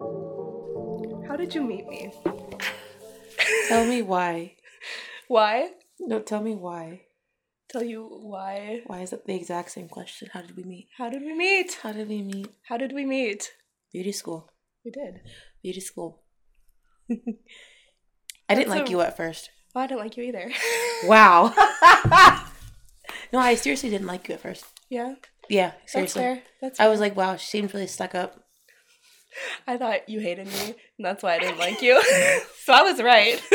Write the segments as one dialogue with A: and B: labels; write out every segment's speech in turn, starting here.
A: How did you meet me?
B: Tell me why.
A: Why?
B: No, tell me why.
A: Tell you why.
B: Why is it the exact same question? How did we meet?
A: How did we meet?
B: How did we meet?
A: How did we meet?
B: Beauty school.
A: We did.
B: Beauty school. I didn't
A: That's
B: like
A: a-
B: you at first.
A: Well, I don't like you either.
B: Wow. no, I seriously didn't like you at first.
A: yeah,
B: Yeah,
A: that's
B: seriously.
A: fair. That's
B: I was like, wow, she seems really stuck up.
A: I thought you hated me, and that's why I didn't like you. so I was right.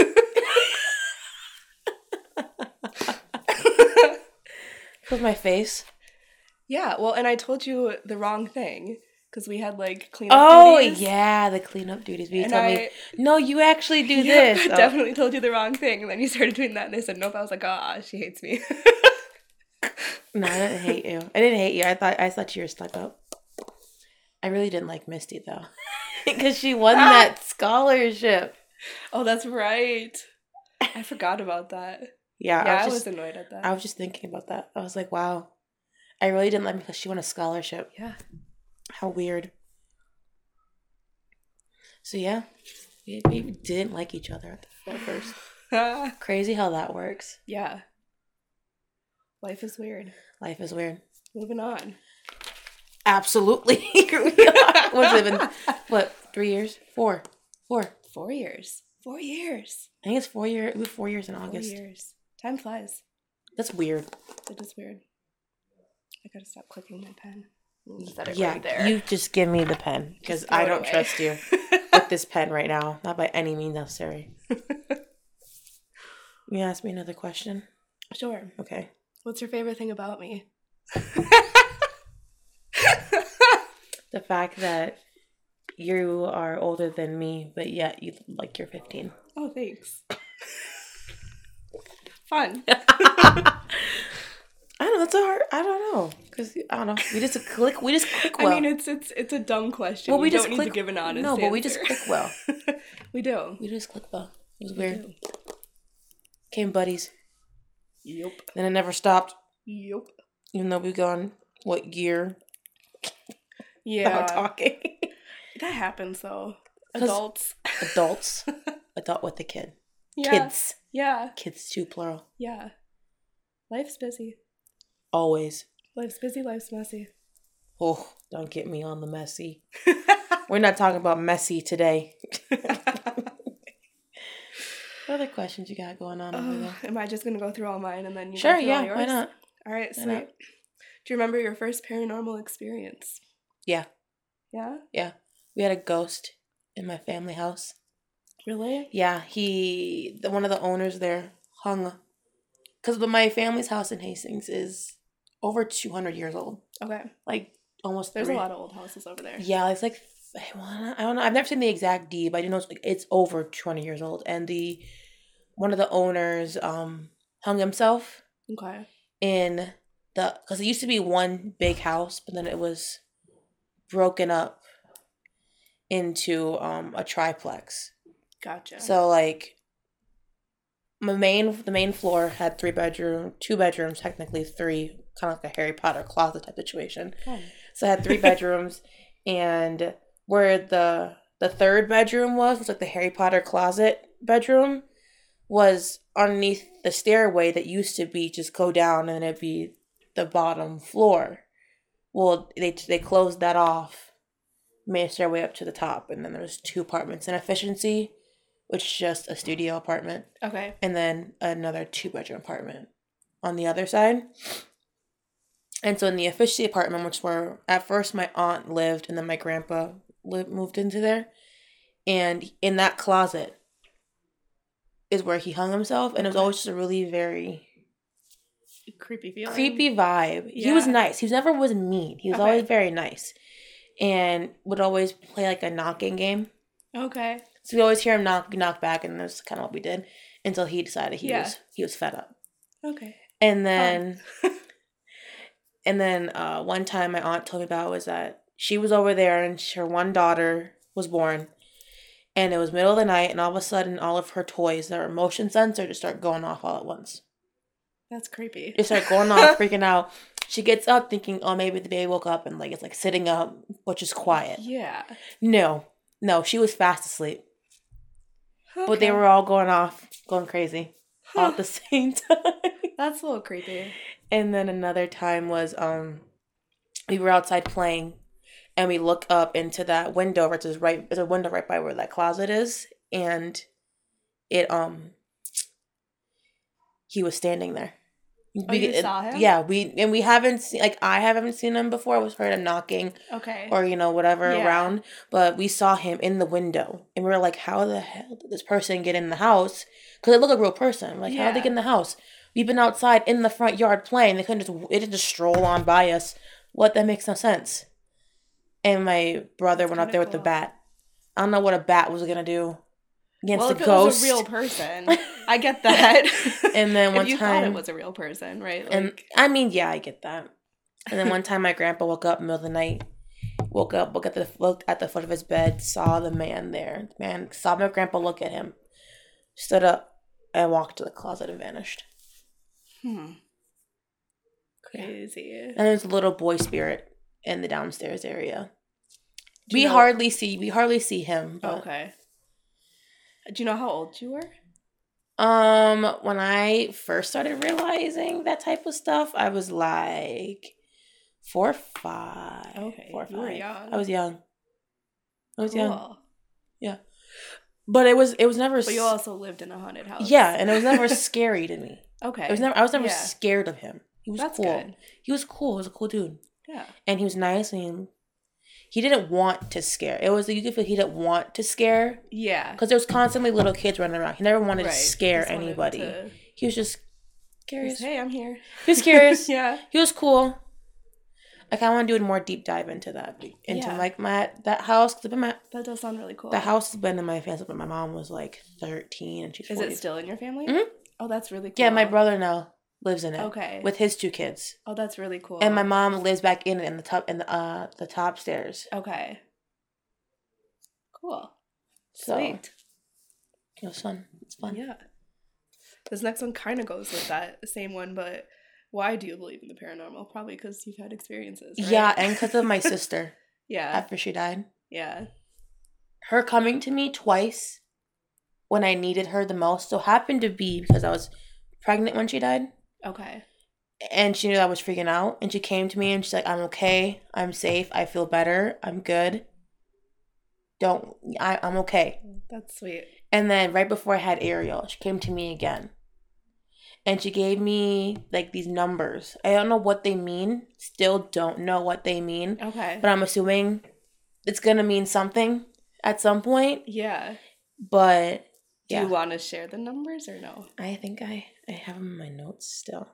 B: With my face.
A: yeah, well, and I told you the wrong thing because we had like clean up
B: Oh
A: duties.
B: yeah, the cleanup duties. But you
A: And
B: told
A: I
B: me, no, you actually do
A: yeah,
B: this.
A: I
B: Oh.
A: definitely told you the wrong thing, and then you started doing that, and I said nope. I was like, ah, she hates me.
B: No, I didn't hate you. I didn't hate you. I thought I thought you were stuck up. I really didn't like Misty though, because she won
A: Ah!
B: that scholarship.
A: oh, that's right. I forgot about that.
B: Yeah,
A: yeah,
B: I
A: I
B: was
A: was
B: just,
A: annoyed at that.
B: I was just thinking about that. I was like, wow, I really didn't like because she won a scholarship.
A: yeah.
B: How weird. So yeah, we, we didn't like each other at, the, at first. Crazy how that works.
A: yeah. Life is weird.
B: Life is weird.
A: Moving on.
B: Absolutely. Here we are. What's it been? What three years? Four. Four.
A: Four years. Four years.
B: I think it's four year. It'll be four years in
A: Four
B: August.
A: years. Time flies.
B: That's weird.
A: It is weird. I gotta stop clicking my pen. Is that it
B: yeah,
A: right there?
B: you just give me the pen because
A: Just throw
B: I
A: it
B: don't
A: away.
B: trust you with this pen right now. Not by any means necessary. you ask me another question.
A: sure.
B: Okay.
A: What's your favorite thing about me?
B: The fact that you are older than me, but yet you look like you're 15.
A: Oh, thanks. Fun.
B: I don't know. That's a hard. I don't know. Cause I don't know. We just click. We just click well.
A: I mean, it's it's it's a dumb question.
B: well,
A: you
B: we
A: don't
B: just
A: need
B: click.
A: to give an honest
B: no, but we just
A: answer.
B: click well.
A: we do.
B: We just click well. It was weird. Came buddies.
A: Yep.
B: Then it never stopped.
A: Yep.
B: Even though we've gone what year without
A: Yeah.
B: talking.
A: That happens though.
B: 'Cause-
A: Adults.
B: Adults. Adult with a kid.
A: Yeah.
B: Kids.
A: Yeah.
B: Kids too plural.
A: Yeah. Life's busy.
B: Always.
A: Life's busy, life's messy.
B: Oh, don't get me on the messy. We're not talking about messy today. What other questions you got going on over
A: Ugh,
B: there?
A: am I just gonna go through all mine and then you
B: Sure,
A: go through all
B: yeah,
A: yours?
B: why not?
A: All right,
B: Why
A: sweet.
B: not?
A: Do you remember your first paranormal experience?
B: Yeah.
A: Yeah.
B: We had a ghost in my family house.
A: Really?
B: Yeah, he the one of the owners there hung because my family's house in Hastings is over two hundred years old,
A: Okay.
B: like almost.
A: There's a
B: three-
A: lot of old houses over there.
B: Yeah, it's like I wanna- I don't know. I've never seen the exact deed, but I do know it's, like, it's over two hundred years old. And the one of the owners um hung himself
A: Okay.
B: in the because it used to be one big house, but then it was broken up into um a triplex.
A: Gotcha.
B: So like my main the main floor had three bedroom two bedrooms, technically three, kind of like a Harry Potter closet type situation.
A: Fun.
B: So I had three bedrooms and where the the third bedroom was, was like the Harry Potter closet bedroom was underneath the stairway that used to be just go down and it'd be the bottom floor. Well, they they closed that off, made a stairway up to the top, and then there was two apartments in efficiency, which is just a studio apartment,
A: okay.
B: and then another two bedroom apartment on the other side. And so in the efficiency apartment, which where at first my aunt lived and then my grandpa lived, moved into there, and in that closet is where he hung himself, and it was always just a really very
A: Creepy feeling.
B: creepy vibe. He was
A: Yeah.
B: nice. He was never was mean. He was
A: Okay.
B: always very nice, and would always play like a knocking game.
A: Okay.
B: So we always hear him knock knock back, and that's kind of what we did until he decided he
A: Yeah.
B: was he was fed up.
A: Okay.
B: And then, and then uh, one time my aunt told me about was that she was over there and sh- her one daughter was born, and it was middle of the night, and all of a sudden all of her toys that were motion sensor just start going off all at once.
A: That's creepy.
B: They start going off, freaking out. She gets up thinking, oh, maybe the baby woke up and like it's like sitting up, but just quiet.
A: Yeah.
B: No, no, she was fast asleep. But
A: Okay.
B: they were all going off, going crazy all
A: Huh.
B: at the same time.
A: That's a little creepy.
B: And then another time was um we were outside playing and we look up into that window which is right there's a window right by where that closet is and it um he was standing there.
A: Oh, you saw him?
B: Yeah, we and we haven't seen like I haven't seen him before. I was heard a knocking
A: Okay.
B: or you know whatever
A: Yeah.
B: around, but we saw him in the window and we were like, how the hell did this person get in the house? Because it looked like a real person. Like how did they
A: Yeah.
B: get in the house? We've been outside in the front yard playing. They couldn't just it didn't just stroll on by us. What that makes no sense. And my brother went
A: That's
B: up there with the
A: kinda
B: bat. I don't know what a bat was gonna do against
A: well,
B: the
A: if it
B: ghost.
A: was a real person, I get that.
B: and then
A: If
B: one
A: you
B: time
A: thought it was a real person, right?
B: And
A: Like,
B: I mean, yeah, I get that. And then one time, my grandpa woke up in the middle of the night, woke up, looked at the looked at the foot of his bed, saw the man there. The man saw my grandpa look at him, stood up, and walked to the closet and vanished.
A: hmm.
B: Yeah.
A: Crazy.
B: And there's a little boy spirit in the downstairs area.
A: Do
B: We
A: you know-
B: hardly see we hardly see him. But,
A: Okay. Do you know how old you were?
B: Um, when I first started realizing that type of stuff, I was like four or five.
A: Okay,
B: four or
A: you were
B: five.
A: young.
B: I was young. I was young.
A: Cool.
B: But it was it was never
A: But you
B: s-
A: also lived in a haunted house.
B: Yeah, and it was never scary to me.
A: Okay.
B: It was never I was never
A: Yeah.
B: scared of him. He was
A: That's
B: cool.
A: good.
B: He was cool. He was a cool dude.
A: Yeah.
B: And he was nice and he didn't want to scare. It was you could feel he didn't want to scare
A: Yeah.
B: because there was constantly little kids running around. He never wanted
A: Right.
B: to scare
A: Just wanted
B: anybody.
A: to-
B: He was just
A: just,
B: curious.
A: hey, I'm here.
B: He was curious.
A: yeah.
B: He was cool. Like I want to do a more deep dive into that, into
A: Yeah.
B: like my that house. 'cause my
A: That does sound really cool.
B: the house has been in my family, but my mom was like thirteen and she's.
A: Is
B: 40.
A: it still in your family?
B: Mhm.
A: Oh, that's really cool.
B: Yeah, my brother now lives in it
A: Okay.
B: with his two kids,
A: oh, that's really cool.
B: and my mom lives back in it in the top in the uh the top stairs.
A: Okay. Cool.
B: So
A: Sweet.
B: it was fun. It's fun.
A: Yeah. This next one kind of goes with that same one, but why do you believe in the paranormal? Probably because you've had experiences. Right?
B: Yeah, and because of my sister
A: yeah.
B: after she died,
A: Yeah.
B: her coming to me twice when I needed her the most. So happened to be because I was pregnant when she died.
A: Okay.
B: and she knew I was freaking out. And she came to me and she's like, "I'm okay. I'm safe. I feel better. I'm good. Don't I? I'm okay."
A: That's sweet.
B: And then right before I had Ariel, she came to me again, and she gave me like these numbers. I don't know what they mean. Still don't know what they mean,
A: Okay.
B: but I'm assuming it's gonna mean something at some point.
A: yeah.
B: But
A: Do
B: yeah,
A: you want to share the numbers or no?
B: I think I I have 'em in my notes still.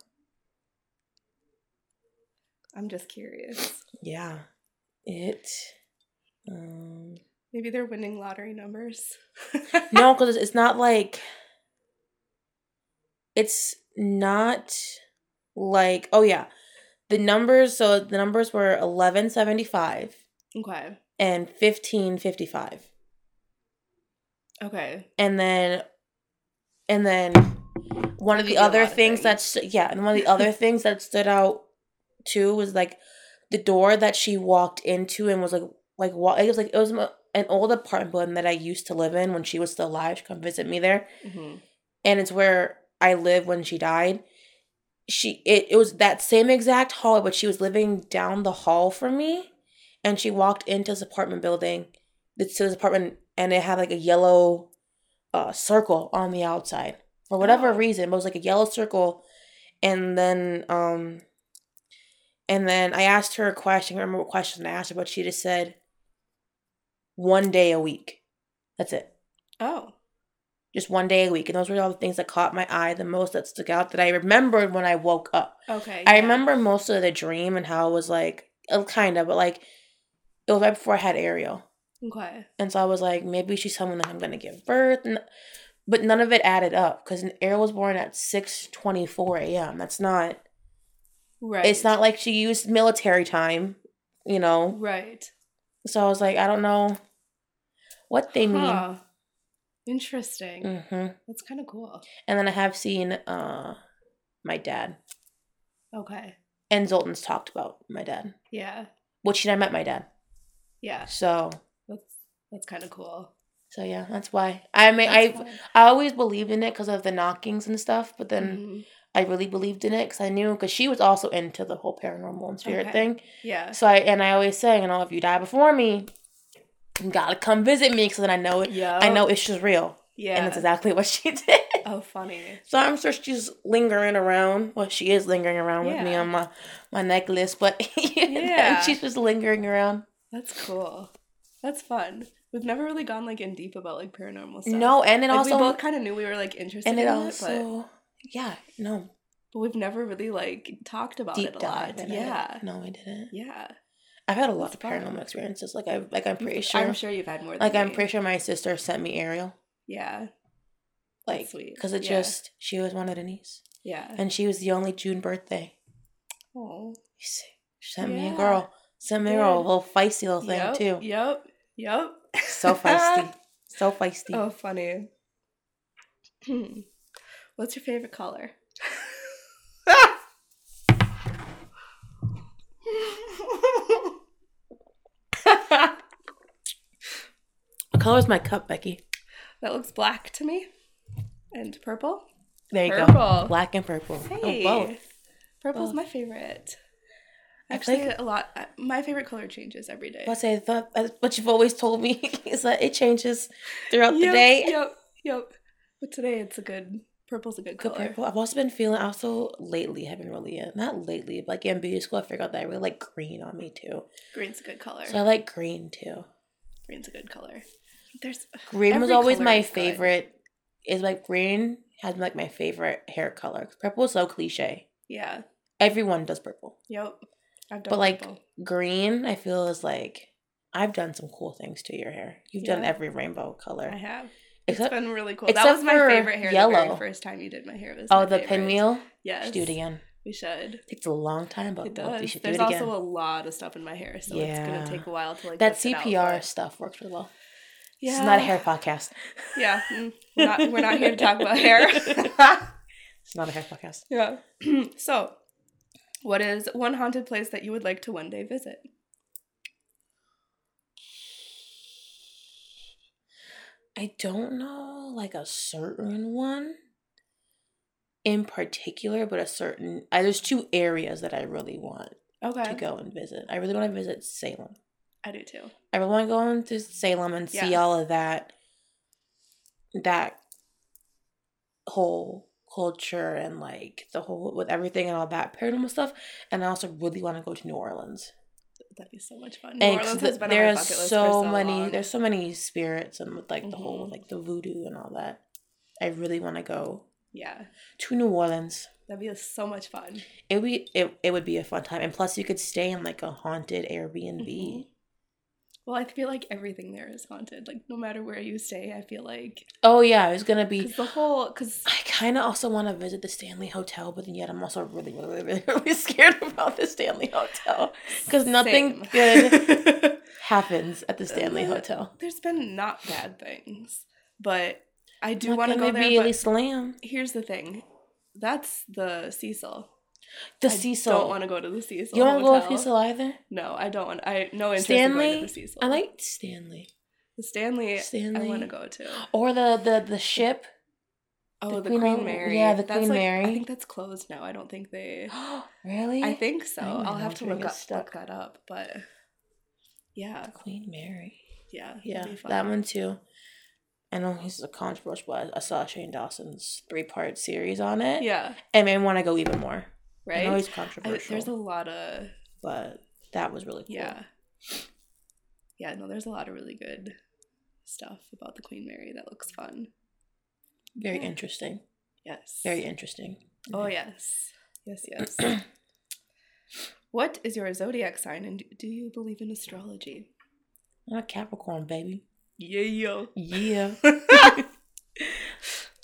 A: I'm just curious.
B: Yeah, it. Um,
A: Maybe they're winning lottery numbers.
B: No, because it's not like it's not like oh yeah, the numbers. So the numbers were eleven seventy five
A: Okay.
B: and fifteen fifty five,
A: Okay.
B: and then and then one
A: That could
B: of the
A: be a
B: other
A: lot of
B: things that stu- yeah, and one of the other things that stood out too was like the door that she walked into and was like like wa- it was like it was an old apartment building that I used to live in when she was still alive. She come visit me there
A: hmm
B: and it's where I live when she died. She it, it was that same exact hallway, but she was living down the hall from me, and she walked into this apartment building, this to this apartment, and it had like a yellow uh, circle on the outside for whatever
A: Oh.
B: reason. But it was like a yellow circle, and then um, and then I asked her a question. I can't remember what question I asked her, but she just said, "One day a week, that's it."
A: Oh.
B: just one day a week. And those were all the things that caught my eye the most that stuck out that I remembered when I woke up.
A: Okay.
B: I
A: yeah.
B: remember most of the dream and how it was like, uh, kind of, but like, it was right before I had Ariel.
A: Okay.
B: And so I was like, maybe she's someone that I'm going to give birth. And, but none of it added up because Ariel was born at 6.24 a.m. That's not,
A: Right.
B: it's not like she used military time, you know?
A: Right.
B: So I was like, I don't know what they mean.
A: Huh. Interesting.
B: hmm
A: That's kind of cool.
B: And then I have seen uh my dad.
A: Okay.
B: And Zoltan's talked about my dad,
A: Yeah.
B: which and I met my dad.
A: Yeah.
B: So,
A: That's that's kind of cool.
B: so yeah, that's why. I mean, I
A: That's fun.
B: I always believed in it because of the knockings and stuff, but then
A: Mhm.
B: I really believed in it because I knew because she was also into the whole paranormal and spirit
A: Okay.
B: thing.
A: yeah.
B: So I and I always say, you know, if you die before me, you gotta come visit me because then I know it.
A: Yeah.
B: I know it's just real,
A: Yeah.
B: and that's exactly what she did.
A: oh, funny.
B: So I'm sure she's lingering around. Well, she is lingering around with me
A: Yeah.
B: on my my necklace, but
A: Yeah.
B: she's just lingering around.
A: That's cool. That's fun. We've never really gone like in deep about like paranormal stuff.
B: No, and it
A: Like,
B: also
A: we both kind of knew we were like interested
B: and
A: in
B: it
A: it, but,
B: also yeah no
A: but we've never really like talked about
B: deep
A: it a
B: dive.
A: lot.
B: in it.
A: Yeah.
B: no, I didn't.
A: Yeah.
B: I've had a lot of
A: That's fun.
B: paranormal experiences. Like I like I'm pretty sure
A: I'm sure you've had more than
B: like I'm
A: me.
B: pretty sure my sister sent me Ariel.
A: Yeah.
B: Like
A: That's sweet.
B: because it
A: Yeah.
B: just she was one of Denise,
A: Yeah.
B: and she was the only June birthday.
A: Oh.
B: You see, She sent me a
A: Yeah.
B: girl, sent me a girl, a
A: Good.
B: little feisty little thing
A: yep,
B: too.
A: Yep. Yep.
B: So feisty, so feisty.
A: oh, funny. Hmm. What's your favorite color?
B: What color is my cup, Becky?
A: that looks black to me. And purple.
B: There you go,
A: Purple.
B: black and purple.
A: Hey.
B: Oh, both.
A: Purple's
B: Both.
A: my favorite.
B: I
A: Actually,
B: like-
A: a lot. uh, My favorite color changes every day.
B: What I thought, that's what you've always told me is that it changes throughout
A: yep,
B: the day.
A: Yep. Yep. But today it's a good. Purple's a good
B: Good
A: color.
B: purple. I've also been feeling also lately. I've been really uh, not lately, but like in beauty school, I figured out that I really like green on me too.
A: Green's a good color.
B: So I like green too.
A: Green's a good color. There's
B: Green was
A: Every
B: always
A: color
B: my
A: is good.
B: favorite. Is like green has like my favorite hair color. 'Cause Purple is so cliche.
A: yeah.
B: Everyone does purple.
A: Yep. I've done
B: But, like,
A: purple.
B: Green, I feel is like I've done some cool things to your hair. You've done
A: Yeah.
B: every rainbow
A: I
B: color.
A: have.
B: Except
A: it's been really cool.
B: except
A: That was my
B: for
A: favorite hair. The
B: yellow.
A: very first time you did my hair It was
B: oh,
A: my
B: the
A: favorite.
B: pinwheel.
A: Yes.
B: Should do it again.
A: We should.
B: takes a long time, but
A: It
B: we'll- we
A: does.
B: should do
A: There's
B: it
A: also
B: again.
A: a lot of stuff in my hair, so it's
B: Yeah.
A: gonna take a while to like.
B: that
A: lift it out,
B: CPR
A: but-
B: stuff works really well.
A: Yeah.
B: This is not a hair podcast.
A: Yeah. mm, We're not, we're not here to talk about hair.
B: It's not a hair podcast.
A: yeah. so, what is one haunted place that you would like to one day visit?
B: I don't know like a certain one in particular, but a certain I, there's two areas that I really want to
A: Okay.
B: go and visit. I really want to visit Salem.
A: I do too.
B: I really want to go into Salem and see
A: Yeah.
B: all of that that whole culture and like the whole with everything and all that paranormal stuff. And I also really want to go to New Orleans.
A: That'd be so much fun. New
B: And
A: Orleans has
B: 'cause th-
A: been on my
B: there's
A: bucket list for
B: so,
A: so
B: many
A: long.
B: there's so many spirits and with like the whole
A: Mhm.
B: like the voodoo and all that i really want to go
A: Yeah,
B: to new orleans
A: that'd be so much fun.
B: it would be it, it would be a fun time and plus you could stay in like a haunted airbnb
A: Mhm. Well, I feel like everything there is haunted. Like no matter where you stay, I feel like
B: oh yeah it's gonna be
A: because the whole because
B: i kind of also want to visit the stanley hotel but then yet i'm also really really really, really, really scared about the stanley hotel because nothing good
A: good.
B: happens at the stanley
A: Uh,
B: hotel
A: There's been not bad things, but I do
B: Not
A: want to
B: gonna
A: go there.
B: be
A: but
B: Elise Lam.
A: here's the thing, that's the Cecil.
B: the
A: I
B: cecil
A: Don't want to go to the Cecil.
B: you want to go with
A: Hotel.
B: cecil either
A: No, I don't want. I no interest in going
B: Stanley?
A: to the Cecil.
B: I like Stanley.
A: the Stanley. I
B: Stanley.
A: want to go to.
B: Or the the the ship.
A: Oh,
B: The
A: the
B: Queen
A: Queen,
B: Anne-
A: Mary.
B: yeah, the
A: That's,
B: Queen
A: like-
B: Mary.
A: I think that's closed now. I don't think they.
B: really?
A: I think so.
B: I don't
A: I'll
B: know
A: have
B: if
A: to
B: we're
A: look
B: gonna
A: up
B: stuck.
A: look that up, but yeah,
B: Queen Mary.
A: yeah, that'd
B: Yeah,
A: be fun.
B: that one too. I know he's a controversial, but I saw Shane Dawson's three part series on it.
A: Yeah,
B: And made me want to go even more. I know
A: right.
B: he's
A: I,
B: controversial,
A: there's a lot of
B: but that was really cool.
A: yeah, yeah. No, there's a lot of really good stuff about the Queen Mary that looks fun.
B: Very
A: Yeah.
B: interesting.
A: Yes.
B: Very interesting.
A: Oh yes, yes, yes. what is your zodiac sign, and do you believe in astrology?
B: I'm a Capricorn, baby.
A: Yeah, yo.
B: Yeah.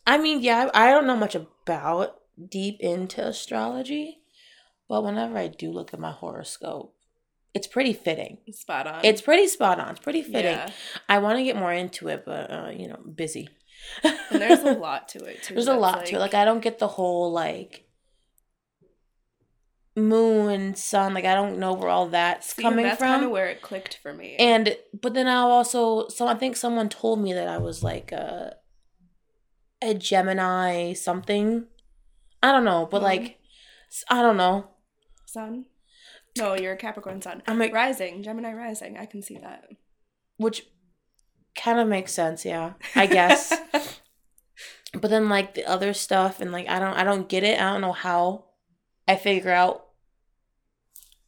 B: I mean, yeah, I I don't know much about deep into astrology, but whenever I do look at my horoscope, it's pretty fitting.
A: Spot on.
B: It's pretty spot on. It's pretty fitting.
A: yeah,
B: I want to get more into it, but uh, you know, busy.
A: and there's a lot to it too.
B: There's a
A: that's,
B: lot to it. Like I don't get the whole like moon, sun. Like I don't know where all that's
A: See, and
B: coming
A: that's
B: from.
A: kind of where it clicked for me.
B: and but then I also so I think someone told me that I was like a a Gemini something. I don't know, but
A: Mhm.
B: like s- I don't know.
A: sun. No, you're a Capricorn sun.
B: I'm like
A: Rising, Gemini rising. I can see that.
B: which kind of makes sense, yeah. I guess. but then like the other stuff and like I don't I don't get it. I don't know how I figure out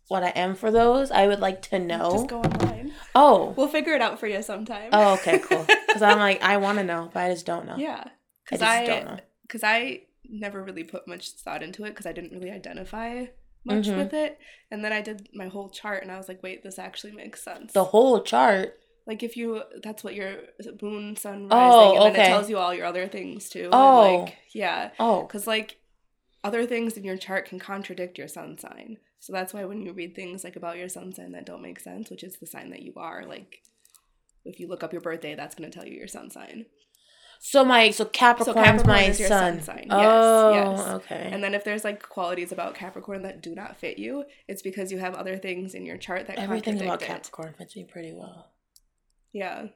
B: what I am for those. I would like to know.
A: Just go online.
B: oh.
A: We'll figure it out for you sometime.
B: Oh, okay, cool. Cuz I'm like I want to know, but I just don't know.
A: yeah.
B: I
A: Because
B: just
A: I,
B: don't know.
A: because I never really put much thought into it because I didn't really identify much
B: Mhm.
A: with it. And then I did my whole chart and I was like, wait, this actually makes sense.
B: The whole chart.
A: like if you, that's what your is it moon, sun, rising,
B: Oh,
A: and then it
B: okay.
A: tells you all your other things too. and,
B: Oh.
A: like, yeah,
B: Oh,
A: because like other things in your chart can contradict your sun sign. So that's why when you read things like about your sun sign that don't make sense, which is the sign that you are, like if you look up your birthday, that's going to tell you your sun sign.
B: so my so Capricorn's my
A: Capricorn is your
B: sun.
A: sun sign. Yes,
B: Oh,
A: yes.
B: okay.
A: And then if there's like qualities about Capricorn that do not fit you, it's because you have other things in your chart that
B: Everything about
A: contradict it.
B: Capricorn fits me pretty well.
A: Yeah.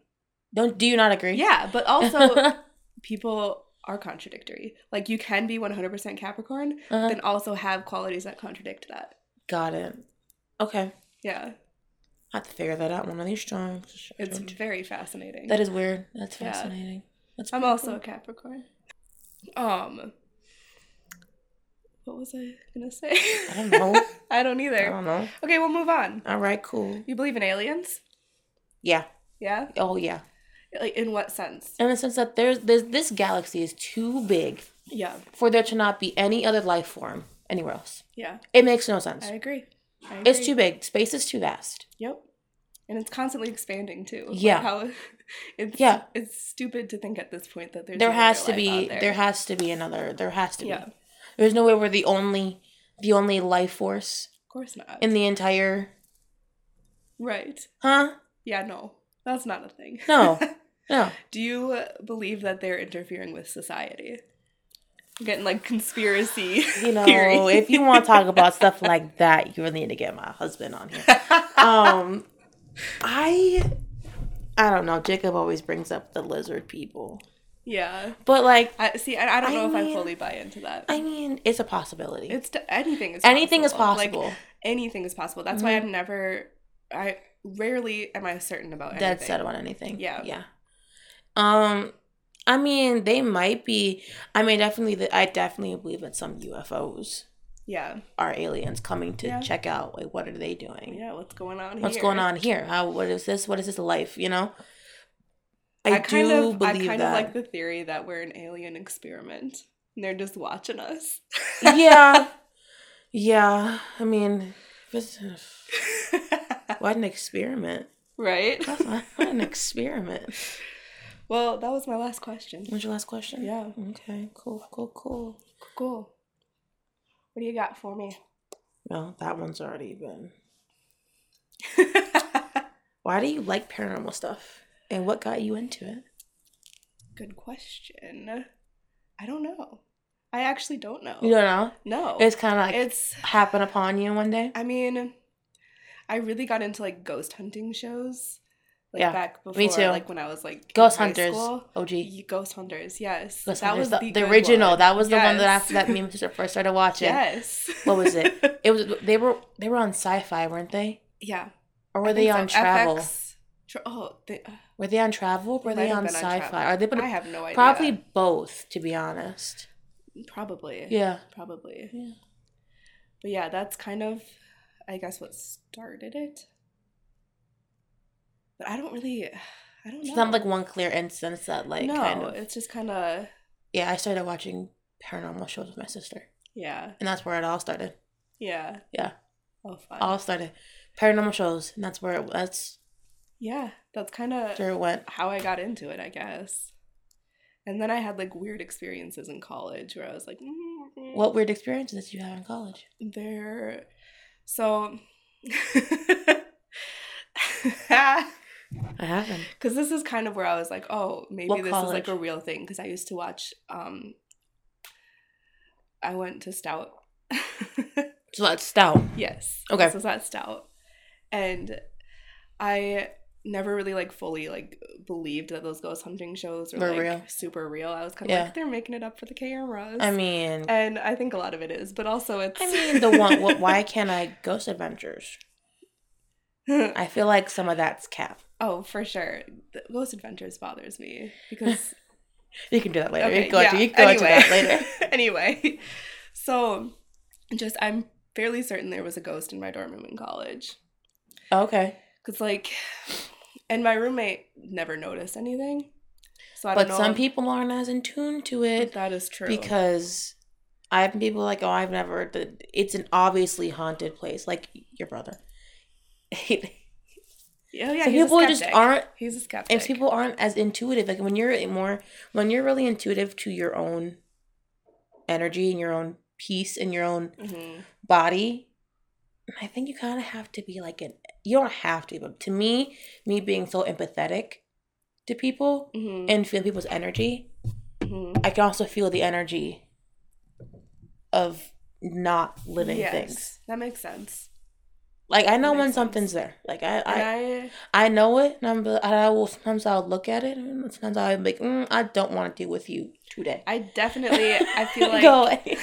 B: Don't do you not agree? Uh-huh.
A: Yeah, but also people are contradictory. Like you can be 100% Capricorn
B: Uh-huh.
A: and also have qualities that contradict that.
B: Got it. Okay.
A: Yeah.
B: I have to figure that out one of these times.
A: It's very fascinating.
B: that is weird. That's
A: Yeah.
B: fascinating. That's
A: I'm
B: pretty
A: also a
B: cool.
A: Capricorn. Um What was I going to say?
B: I don't know.
A: I don't
B: I
A: either.
B: don't know.
A: Okay, we'll move on.
B: All right, cool.
A: You believe in aliens?
B: Yeah.
A: Yeah?
B: Oh yeah.
A: Like in what sense?
B: In the sense that there's, there's this galaxy is too big
A: Yeah.
B: for there to not be any other life form anywhere else.
A: Yeah.
B: It makes no sense.
A: I agree. I agree.
B: It's too big. Space is too vast.
A: Yep. And it's constantly expanding too. Like,
B: Yeah.
A: how it's
B: Yeah.
A: it's stupid to think at this point that there's
B: there
A: no
B: has
A: other life
B: to be
A: out there.
B: there has to be another. There has to
A: yeah.
B: be.
A: Of
B: There's no way we're the only the only life force
A: course not.
B: in the entire
A: right.
B: Huh?
A: Yeah. No. That's not a thing.
B: No. No.
A: Do you believe that they're interfering with society? I'm getting like conspiracy.
B: You know,
A: theory.
B: if you want to talk about stuff like that, you really need to get my husband on here. Um I I don't know. Jacob always brings up the lizard people.
A: yeah.
B: But like
A: I see. I, I don't
B: I
A: know if I
B: mean-
A: fully buy into that.
B: I mean, it's a possibility.
A: it's d- anything is
B: Anything is
A: Like,
B: possible. Mm-hmm.
A: anything is possible. That's why I've never, I rarely am I certain about anything.
B: dead set on anything.
A: Yeah.
B: Yeah. Um I mean, they might be I mean, definitely that I definitely believe that some UFOs
A: Yeah,
B: are aliens coming to
A: Yeah.
B: check out like what are they doing?
A: yeah. What's going on?
B: What's
A: here?
B: going on here? How what is this? What is this life, you know?
A: I,
B: I,
A: kind
B: do
A: of,
B: believe
A: I kind
B: that.
A: of like the theory that we're an alien experiment and they're just watching us.
B: yeah. Yeah. I mean, this- what an experiment.
A: right.
B: That's not, what an experiment.
A: Well, that was my last question.
B: What's your last question?
A: Yeah.
B: Okay. Cool. Cool. Cool.
A: Cool. What do you got for me?
B: No, that one's already been. Why do you like paranormal stuff? And what got you into it?
A: Good question. I don't know. I actually don't know.
B: You don't know.
A: No.
B: It's kind of like
A: Oh. it's
B: happen upon you one day.
A: I mean, I really got into like ghost hunting shows. Like
B: Yeah,
A: back before,
B: me too.
A: like when I was like in
B: Ghost
A: high
B: hunters.
A: school.
B: OG.
A: Ye- Ghost hunters, yes.
B: Ghost Hunters, the, the
A: good
B: original.
A: one.
B: That was the one that
A: Yes.
B: after that me and my sister first started watching.
A: Yes.
B: What was it? It was they were they were on sci-fi, weren't they?
A: yeah. I
B: Or were
A: think
B: they
A: so.
B: on travel?
A: FX tra- oh, they, uh,
B: Were they on travel? Were
A: They might
B: they
A: have
B: on
A: been on
B: sci-fi?
A: Travel.
B: Are they?
A: I
B: But
A: have no idea.
B: probably both, to be honest.
A: Probably.
B: Yeah.
A: Probably.
B: Yeah.
A: But yeah, that's kind of, I guess, what started it. But I don't really, I don't know.
B: It's not like one clear instance that like
A: no,
B: kind of.
A: it's just kind of,
B: Yeah, I started watching paranormal shows with my sister,
A: yeah,
B: and that's where it all started.
A: yeah.
B: Yeah.
A: Oh, fun.
B: All started paranormal shows, and that's where it, that's
A: yeah, that's kind of
B: where it went.
A: how I got into it, I guess. And then I had like weird experiences in college where I was like, mm,
B: What weird experiences did you have in college?
A: there. So,
B: I haven't.
A: because this is kind of where I was like, oh, maybe
B: What
A: this is
B: college?
A: like a real thing. Because I used to watch. um I went to Stout.
B: So that's stout.
A: Yes.
B: Okay.
A: So that's stout. And I never really like fully like believed that those ghost hunting shows were,
B: Were
A: like
B: real.
A: super real. I was kind of
B: Yeah.
A: like they're making it up for the cameras.
B: I mean,
A: and I think a lot of it is, but also it's
B: I mean the one. What, why can't I ghost adventures?
A: one.
B: I feel like some of that's cap.
A: oh, for sure. The Ghost Adventures bothers me because
B: You can do that later.
A: okay,
B: you can go,
A: yeah.
B: into, you can go into
A: Anyway.
B: that later.
A: anyway, so just I'm fairly certain there was a ghost in my dorm room in college.
B: Okay.
A: Cause like, and my roommate never noticed anything. So I don't
B: But
A: know.
B: some people aren't as in tune to it
A: that is true.
B: because I have people like, oh, I've never. The, it's an obviously haunted place, like your brother.
A: yeah, yeah,
B: so
A: he's a
B: people just
A: skeptic.
B: aren't
A: He's a skeptic.
B: and people aren't as intuitive like when you're more when you're really intuitive to your own energy and your own peace and your own
A: Mhm.
B: body i think you kind of have to be like an you don't have to but to me me being so empathetic to people
A: Mhm.
B: and feel people's energy
A: Mhm.
B: i can also feel the energy of not living
A: Yes,
B: things
A: that makes sense.
B: like i know
A: That
B: when
A: makes
B: something's there like i, I
A: And
B: I know it, and I'm. but I will sometimes I'll look at it, and sometimes I'll be like, mm, I don't want to deal with you today.
A: I, I definitely, I feel like,
B: Go away.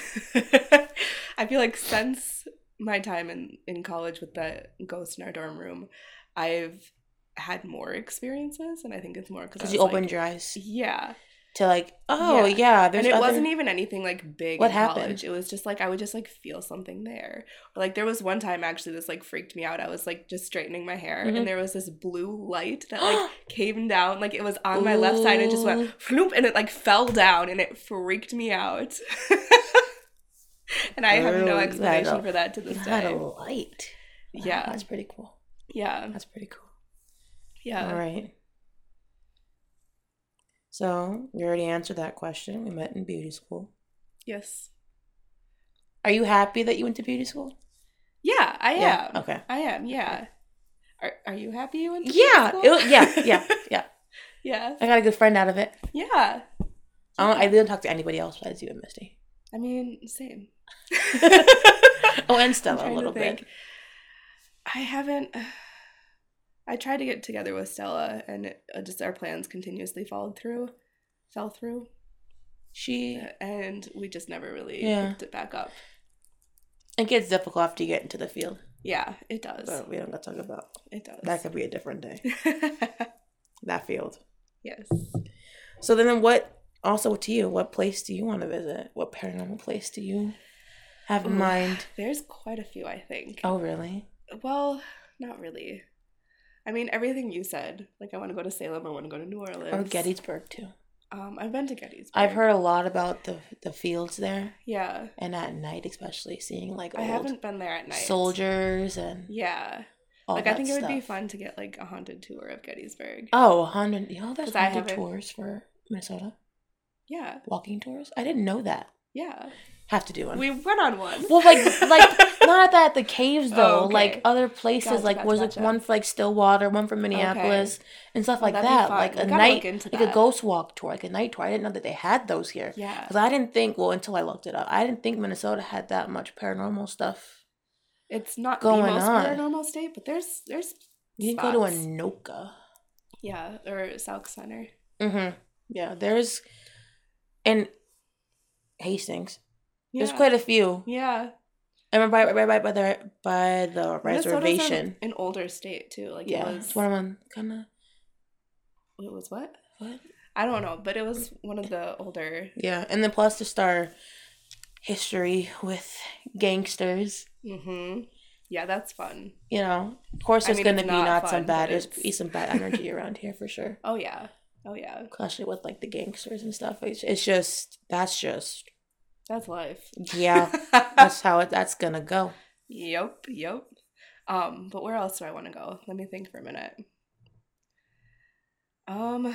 A: I feel like since my time in in college with the ghost in our dorm room, I've had more experiences, and I think it's more
B: because
A: because
B: you opened your eyes
A: yeah,
B: to like, oh
A: Yeah.
B: yeah,
A: and
B: there's
A: it
B: other-
A: wasn't even anything like big
B: What
A: in
B: happened?
A: college. It was just like I would just like feel something there. Or, like there was one time actually this like freaked me out. I was like just straightening my hair
B: Mhm.
A: and there was this blue light that like came down. Like it was on my left side and it just
B: Ooh.
A: went floop and it like fell down and it freaked me out. and I have
B: Girl,
A: no
B: you
A: explanation
B: had a-
A: for that to
B: you
A: this
B: had a
A: day.
B: light. Wow,
A: Yeah.
B: that's pretty cool.
A: Yeah.
B: That's pretty cool. All
A: Yeah.
B: right. So you already answered that question. We met in beauty school.
A: Yes.
B: Are you happy that you went to beauty school?
A: Yeah, I am.
B: Okay.
A: I am, yeah. Are, are you happy you went to
B: Yeah.
A: school?
B: It, was- yeah. Yeah. Yeah.
A: yeah.
B: I got a good friend out of it.
A: Yeah.
B: I don't, I didn't talk to anybody else besides you and Misty.
A: I mean, same.
B: oh, and
A: I'm
B: Stella a
A: trying to
B: little bit.
A: think. I haven't. I tried to get together with Stella, and it, uh, just our plans continuously followed through, fell through,
B: She
A: and we just never really
B: Yeah.
A: picked it back up.
B: it gets difficult after you get into the field,
A: Yeah, it does.
B: but we don't got to talk about
A: it does.
B: that. Could be a different day. That field.
A: yes.
B: So then, what? Also, to you, what place do you want to visit? What paranormal place do you have in
A: Ooh.
B: mind?
A: There's quite a few, I think.
B: Oh, really?
A: Well, not really. I mean, everything you said. Like, I want to go to Salem. I want to go to New Orleans.
B: Or Gettysburg too.
A: Um, I've been to Gettysburg.
B: I've heard a lot about the the fields there,
A: Yeah,
B: and at night, especially seeing like
A: I
B: old
A: haven't been there at night.
B: soldiers and
A: Yeah.
B: all
A: like
B: that
A: I think it would be
B: stuff.
A: fun to get like a haunted tour of Gettysburg.
B: Oh, 100. You know, there's
A: 'Cause I
B: haunted
A: haven't-
B: tours for Minnesota?
A: Yeah,
B: Walking tours? I didn't know that.
A: yeah.
B: Have to do one.
A: We went on one.
B: well, like, like not at that, the caves, though.
A: Oh, okay.
B: Like, other places.
A: Gotcha,
B: like,
A: gotcha,
B: was like
A: gotcha.
B: one for, like, Stillwater, one for Minneapolis, and stuff
A: Well,
B: like
A: that'd be
B: that.
A: fun.
B: Like,
A: We
B: a
A: gotta look
B: night,
A: into
B: like a
A: that.
B: ghost walk tour, like a night tour. I didn't know that they had those here.
A: Yeah.
B: Because I didn't think, well, until I looked it up, I didn't think Minnesota had that much paranormal stuff.
A: It's not
B: going
A: the most
B: on.
A: paranormal state, but there's there's
B: You can go to
A: Spots.
B: Anoka.
A: yeah, or South Center.
B: Mm-hmm. Yeah, there's, and Hastings.
A: Yeah.
B: There's quite a few.
A: yeah.
B: I remember by, by, by, by the by the
A: Minnesota's an-
B: reservation.
A: An, older state too. Like
B: yeah,
A: it was
B: it's one of them. Kind of
A: it was what?
B: what?
A: I don't know, but it was one of the older
B: Yeah, and then plus just our history with gangsters.
A: Mhm. Yeah, that's fun.
B: You know, of course,
A: I
B: there's
A: mean,
B: gonna
A: it's
B: be
A: not
B: not, some
A: fun, but
B: bad. There's
A: it's-
B: be some bad energy around here for sure,
A: Oh yeah. Oh yeah.
B: especially with like the gangsters and stuff. It's, it's just that's just
A: That's life.
B: yeah. that's how it. That's gonna go.
A: Yep, yep. Um, but where else do I want to go? Let me think for a minute. Um, uh,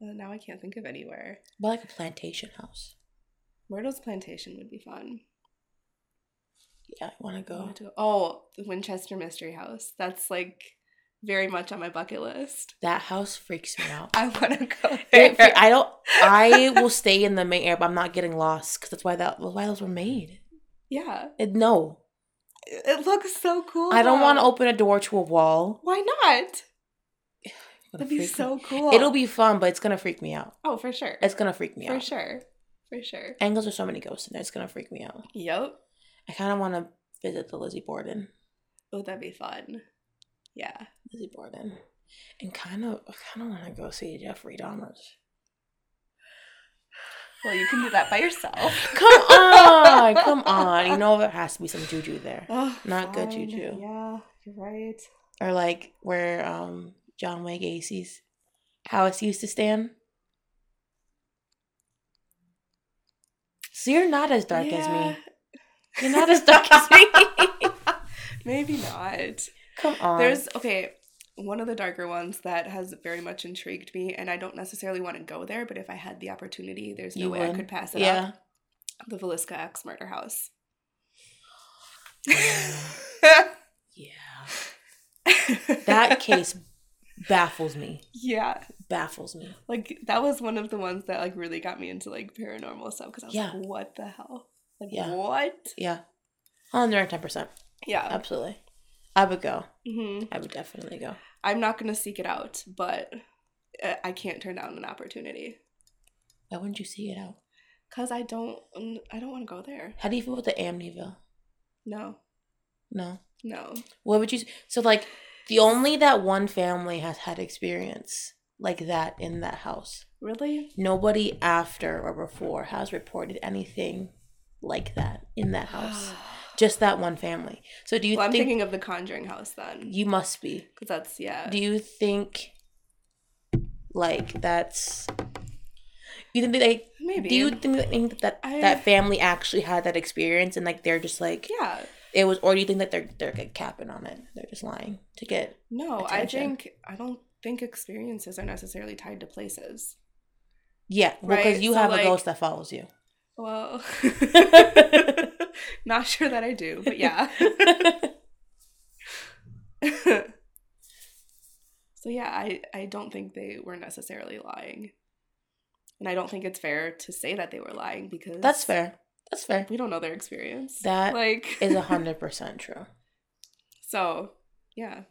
A: now I can't think of anywhere.
B: But like a plantation house.
A: Myrtle's Plantation would be fun.
B: Yeah, I want to
A: I
B: go.
A: wanted to go- Oh, the Winchester Mystery House. That's like very much on my bucket list.
B: That house freaks me out.
A: I want to go there.
B: It- I don't. I will stay in the main area, but I'm not getting lost because that's why that that's why those were made.
A: Yeah.
B: It, no.
A: It looks so cool.
B: I don't want to
A: though.
B: open a door to a wall.
A: Why not?
B: It'll
A: That'd be
B: freak me-
A: so cool.
B: It'll be fun, but it's gonna freak me out.
A: Oh, for sure.
B: It's gonna freak me
A: for
B: out.
A: sure. For sure.
B: And there's so many ghosts in there. It's gonna freak me out.
A: Yep.
B: I kind of want to visit the Lizzie Borden.
A: Oh, that'd be fun. Yeah.
B: Lizzie Borden. And kind of, I kind of want to go see Jeffrey Dahmer's.
A: Well, you can do that by yourself.
B: Come on, come on. You know there has to be some juju there,
A: Oh,
B: Not good juju.
A: Yeah, you're right.
B: or like where um John Wayne Gacy's house used to stand. So you're not as dark as me. You're not as dark as me.
A: Maybe not.
B: Come on.
A: There's okay, one of the darker ones that has very much intrigued me, and I don't necessarily want to go there, but if I had the opportunity, there's no
B: You
A: way I
B: would.
A: could pass it
B: yeah.
A: up. The Velisca X murder house.
B: Yeah. That case baffles me.
A: yeah,
B: Baffles me.
A: like that was one of the ones that like really got me into like paranormal stuff because I was
B: Yeah.
A: like, what the hell? Like
B: Yeah.
A: what?
B: Yeah. 110%.
A: Yeah.
B: Absolutely. I would go.
A: hmm
B: I would definitely go.
A: I'm not gonna seek it out, but uh, I can't turn down an opportunity
B: Why wouldn't you see it out?
A: because I don't. mm, I don't want to go there.
B: How do you feel about the Amityville?
A: No,
B: No.
A: no.
B: What would you So like the only that one family has had experience like that in that house.
A: Really?
B: Nobody after or before has reported anything like that in that house. Just that one family. So Ah, do you
A: well, I'm
B: think
A: thinking of the Conjuring house then,
B: you must be
A: because that's yeah.
B: do you think like that's you think that they
A: Maybe.
B: do you think that, think that that,
A: I-
B: that family actually had that experience and like they're just like
A: yeah.
B: it was or do you think that they're they're like, capping on it they're just lying to get
A: No, I
B: Attention.
A: think I don't think experiences are necessarily tied to places.
B: yeah because
A: Right,
B: you
A: so,
B: have
A: like-
B: a ghost that follows you
A: Well, not sure that I do, but yeah. so yeah, I I don't think they were necessarily lying. And I don't think it's fair to say that they were lying because
B: that's fair that's fair
A: We don't know their experience.
B: That
A: like
B: is a hundred percent true
A: so yeah.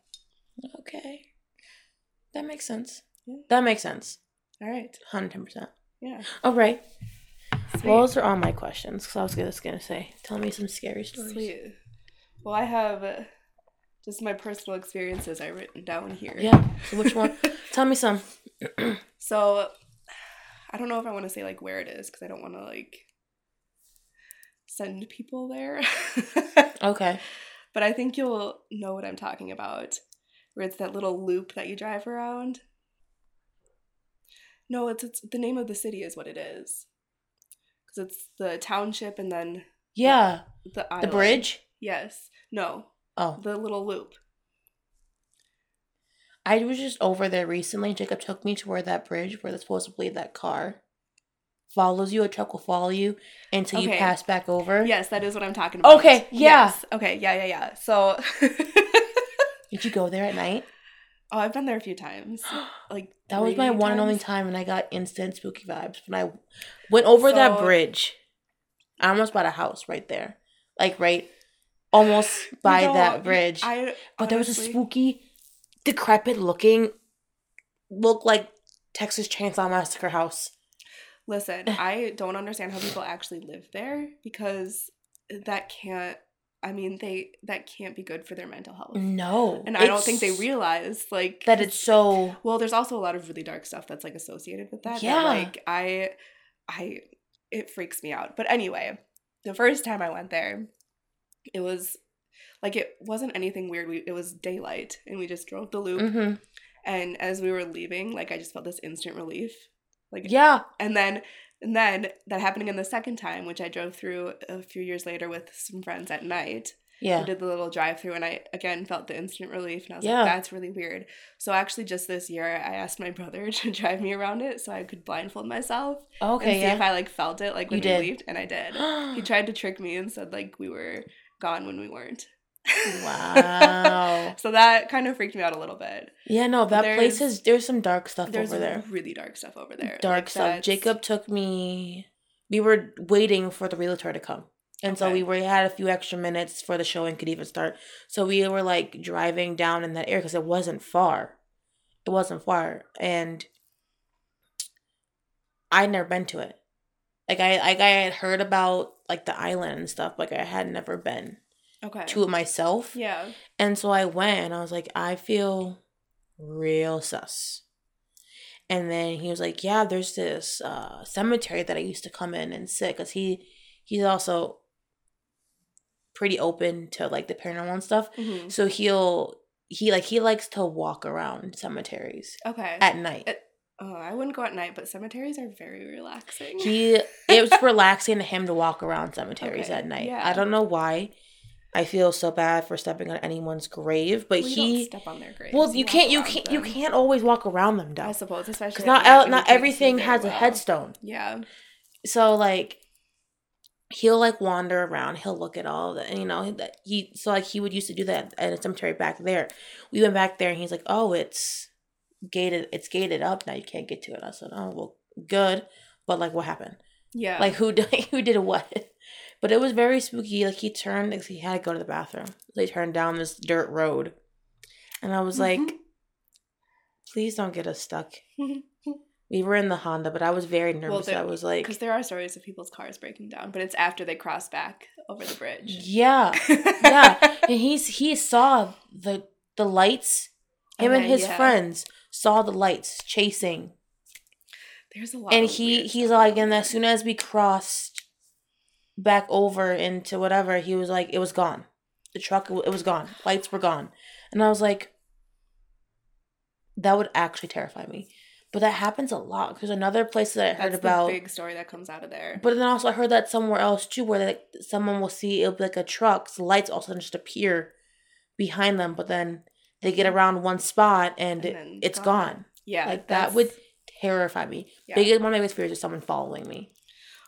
B: okay that makes sense
A: Yeah.
B: that makes sense
A: All right.
B: 110%
A: Yeah.
B: all right
A: Sweet.
B: well those are all my questions because i was just gonna say tell me some scary stories
A: Sweet. Well, I have uh, just my personal experiences I written down here.
B: Yeah. So which one? Tell me some.
A: So I don't know if I want to say like where it is because I don't want to like send people there.
B: Okay.
A: but I think you'll know what I'm talking about. Where it's that little loop that you drive around. No, it's, it's the name of the city is what it is. Because it's the township and then
B: Yeah.
A: the
B: The
A: island.
B: bridge.
A: Yes. No,
B: Oh,
A: the little loop.
B: I was just over there recently. Jacob took me to where that bridge, where supposedly that car follows you, a truck will follow you until you
A: Okay.
B: pass back over.
A: Yes, that is what I'm talking about.
B: Okay, yeah.
A: Yes. Okay. Yeah. Yeah. Yeah. So,
B: Did you go there at night?
A: oh, I've been there a few times. Like
B: That was
A: three
B: my one and only
A: times.
B: time, and I got instant spooky vibes when I went over that
A: So-
B: bridge. I almost bought a house right there, like right, almost by
A: No,
B: that bridge.
A: I
B: But Oh, there was a
A: honestly-
B: spooky, decrepit looking, look like Texas Chainsaw Massacre house.
A: Listen, I don't understand how people actually live there because that can't. I mean, they that can't be good for their mental health.
B: No,
A: And I don't think they
B: Mm, It's-
A: realize like
B: that it's so.
A: Well, there's also a lot of really dark stuff that's like associated with that.
B: Yeah.
A: That, like I I it freaks me out. But anyway, the first time I went there, it was like it wasn't anything weird. We it was daylight and we just drove the loop
B: hmm
A: and as we were leaving, like I just felt this instant relief. Like
B: Yeah,
A: and then and then that happened in the second time, which I drove through a few years later with some friends at night. I
B: yeah,
A: did the little drive through and I again felt the instant relief and I was
B: Yeah.
A: like, that's really weird. So actually just this year I asked my brother to drive me around it so I could blindfold myself and
B: okay,
A: see if
B: yeah.
A: I like felt it like when
B: You
A: we
B: did.
A: leaved and I did. he tried to trick me and said like we were gone when we weren't.
B: wow.
A: so that kind of freaked me out a little bit.
B: Yeah, no, that place
A: There's-
B: is. There's some dark stuff
A: There's
B: over there.
A: really dark stuff over there.
B: Dark
A: Like,
B: stuff.
A: that's-
B: Jacob took me. We were waiting for the realtor to come. And so
A: Okay.
B: we were had a few extra minutes for the showing could even start. So we were like driving down in that area because it wasn't far. It wasn't far, and I'd never been to it. Like I like I had heard about like the island and stuff. Like I had never been
A: Okay.
B: to it myself.
A: Yeah.
B: And so I went and I was like, I feel real sus. And then he was like, Yeah, there's this uh, cemetery that I used to come in and sit because he he's also pretty open to like the paranormal and stuff.
A: hmm
B: So he'll he like he likes to walk around cemeteries
A: Okay.
B: at night.
A: oh, I wouldn't go at night, but cemeteries are very relaxing.
B: He it was relaxing to him to walk around cemeteries
A: Okay,
B: at night.
A: yeah.
B: I don't know why. I feel so bad for stepping on anyone's grave, but
A: Well, you
B: he
A: don't step on their graves.
B: Well, you
A: walk
B: can't you
A: around
B: can't you
A: them.
B: can't always walk around them
A: I
B: though,
A: suppose, especially
B: because
A: at
B: not
A: night
B: el-
A: when you
B: not
A: can't see
B: everything
A: very
B: has a
A: well.
B: headstone.
A: Yeah.
B: So like, he'll like wander around. He'll look at all the and, you know that he so like he would used to do that at a cemetery back there. We went back there and he's like, oh, it's gated. It's gated up now. You can't get to it. I said, oh well, good. But like, what happened?
A: Yeah.
B: Like who did, who did what? But it was very spooky. Like he turned, like, he had to go to the bathroom. They turned down this dirt road, and I was like,
A: Mm-hmm.
B: please don't get us stuck We were in the Honda, but I was very nervous.
A: there-
B: I was like,
A: because there are stories of people's cars breaking down, but it's after they cross back over the bridge.
B: yeah, yeah. and he's he saw the the lights. Him and
A: Okay,
B: his
A: yeah.
B: friends saw the lights chasing,
A: There's a lot.
B: and
A: of
B: he
A: weird
B: he's
A: stuff
B: like,
A: going
B: and
A: on.
B: as soon as we crossed back over into whatever, he was like, it was gone. The truck, it was gone. Lights were gone, and I was like, that would actually terrify me. But that happens a lot. There's another place that I heard
A: That's
B: about.
A: the big story that comes out of there.
B: But then also I heard that somewhere else too, where like someone will see it'll be like a truck, so lights also just appear behind them, but then they get around one spot and,
A: Mm-hmm. And
B: it-
A: then
B: it's
A: gone.
B: gone.
A: yeah,
B: like that
A: that's-
B: would terrify me.
A: yeah.
B: Biggest one of my biggest fears is someone following me.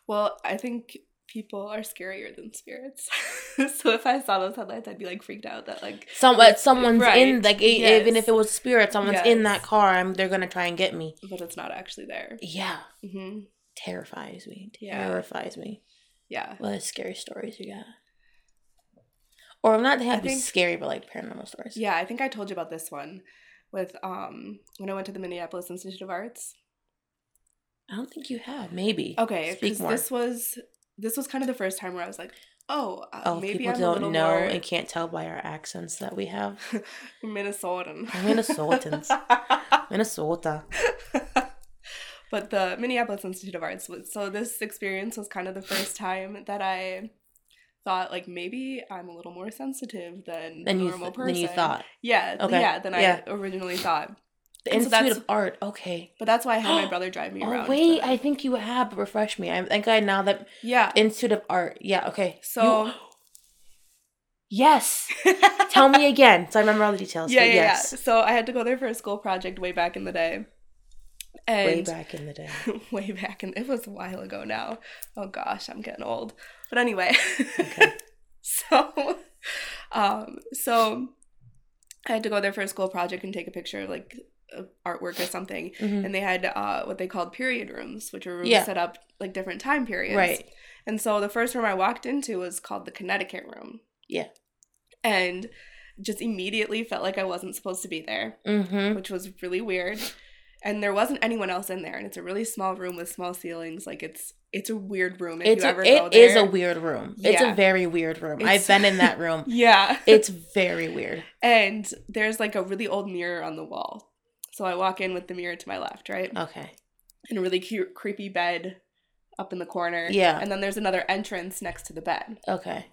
A: Well, I think people are scarier than spirits. so if I saw those headlights, I'd be like freaked out that like
B: Some
A: Like,
B: but someone's in
A: right.
B: like e-
A: Yes.
B: even if it was spirit, someone's in that
A: Yes.
B: car. I'm, they're gonna try and get me.
A: but it's not actually there.
B: Yeah,
A: hmm
B: terrifies me.
A: Yeah.
B: Terrifies me.
A: Yeah.
B: What other scary stories you got? Or not they have to be
A: think-
B: scary, but like paranormal stories.
A: Yeah, I think I told you about this one with um when I went to the Minneapolis Institute of Arts.
B: I don't think you have. Maybe.
A: Okay,
B: Speak
A: because
B: more.
A: this was this was kind of the first time where I was like, oh, uh,
B: oh,
A: maybe
B: people
A: I'm a
B: don't
A: little
B: know
A: more
B: and can't tell by our accents that we have.
A: Minnesotan.
B: We're Minnesotans. Minnesota.
A: but the Minneapolis Institute of Arts was so this experience was kind of the first time that I thought like maybe I'm a little more sensitive than
B: Then
A: a
B: you,
A: normal
B: th-
A: person.
B: then you thought.
A: Yeah, th-
B: Okay,
A: yeah, than
B: yeah.
A: I originally thought.
B: The
A: And so
B: Institute
A: that's-
B: of Art. Okay.
A: But that's why I had my brother drive me
B: Oh,
A: around.
B: wait.
A: for
B: I
A: that.
B: think you have. Refresh me. I think I now that
A: yeah.
B: Institute of Art. Yeah. Okay. You-
A: So
B: yes. Tell me again. So I remember all the details.
A: yeah,
B: but
A: yeah,
B: yes.
A: yeah. So I had to go there for a school project way back in the day. And
B: Way back in the day.
A: way back and it was a while ago now. Oh gosh, I'm getting old. But anyway.
B: Okay.
A: so um so I had to go there for a school project and take a picture of like of artwork or something.
B: Mhm.
A: And they had uh what they called period rooms, which were rooms
B: Yeah.
A: set up like different time periods.
B: Right.
A: And so the first room I walked into was called the Connecticut room.
B: Yeah.
A: And just immediately felt like I wasn't supposed to be there,
B: Mm-hmm.
A: which was really weird. And there wasn't anyone else in there, and it's a really small room with small ceilings. Like it's it's a weird room. If
B: It's
A: you
B: a,
A: ever go
B: it
A: there.
B: is a weird room. It's a
A: Yeah.
B: very weird room. I've
A: It's-
B: been in that room.
A: yeah.
B: It's very weird.
A: and there's like a really old mirror on the wall. So I walk in with the mirror to my left, right,
B: Okay.
A: and a really cute creepy bed up in the corner.
B: Yeah.
A: And then there's another entrance next to the bed.
B: Okay.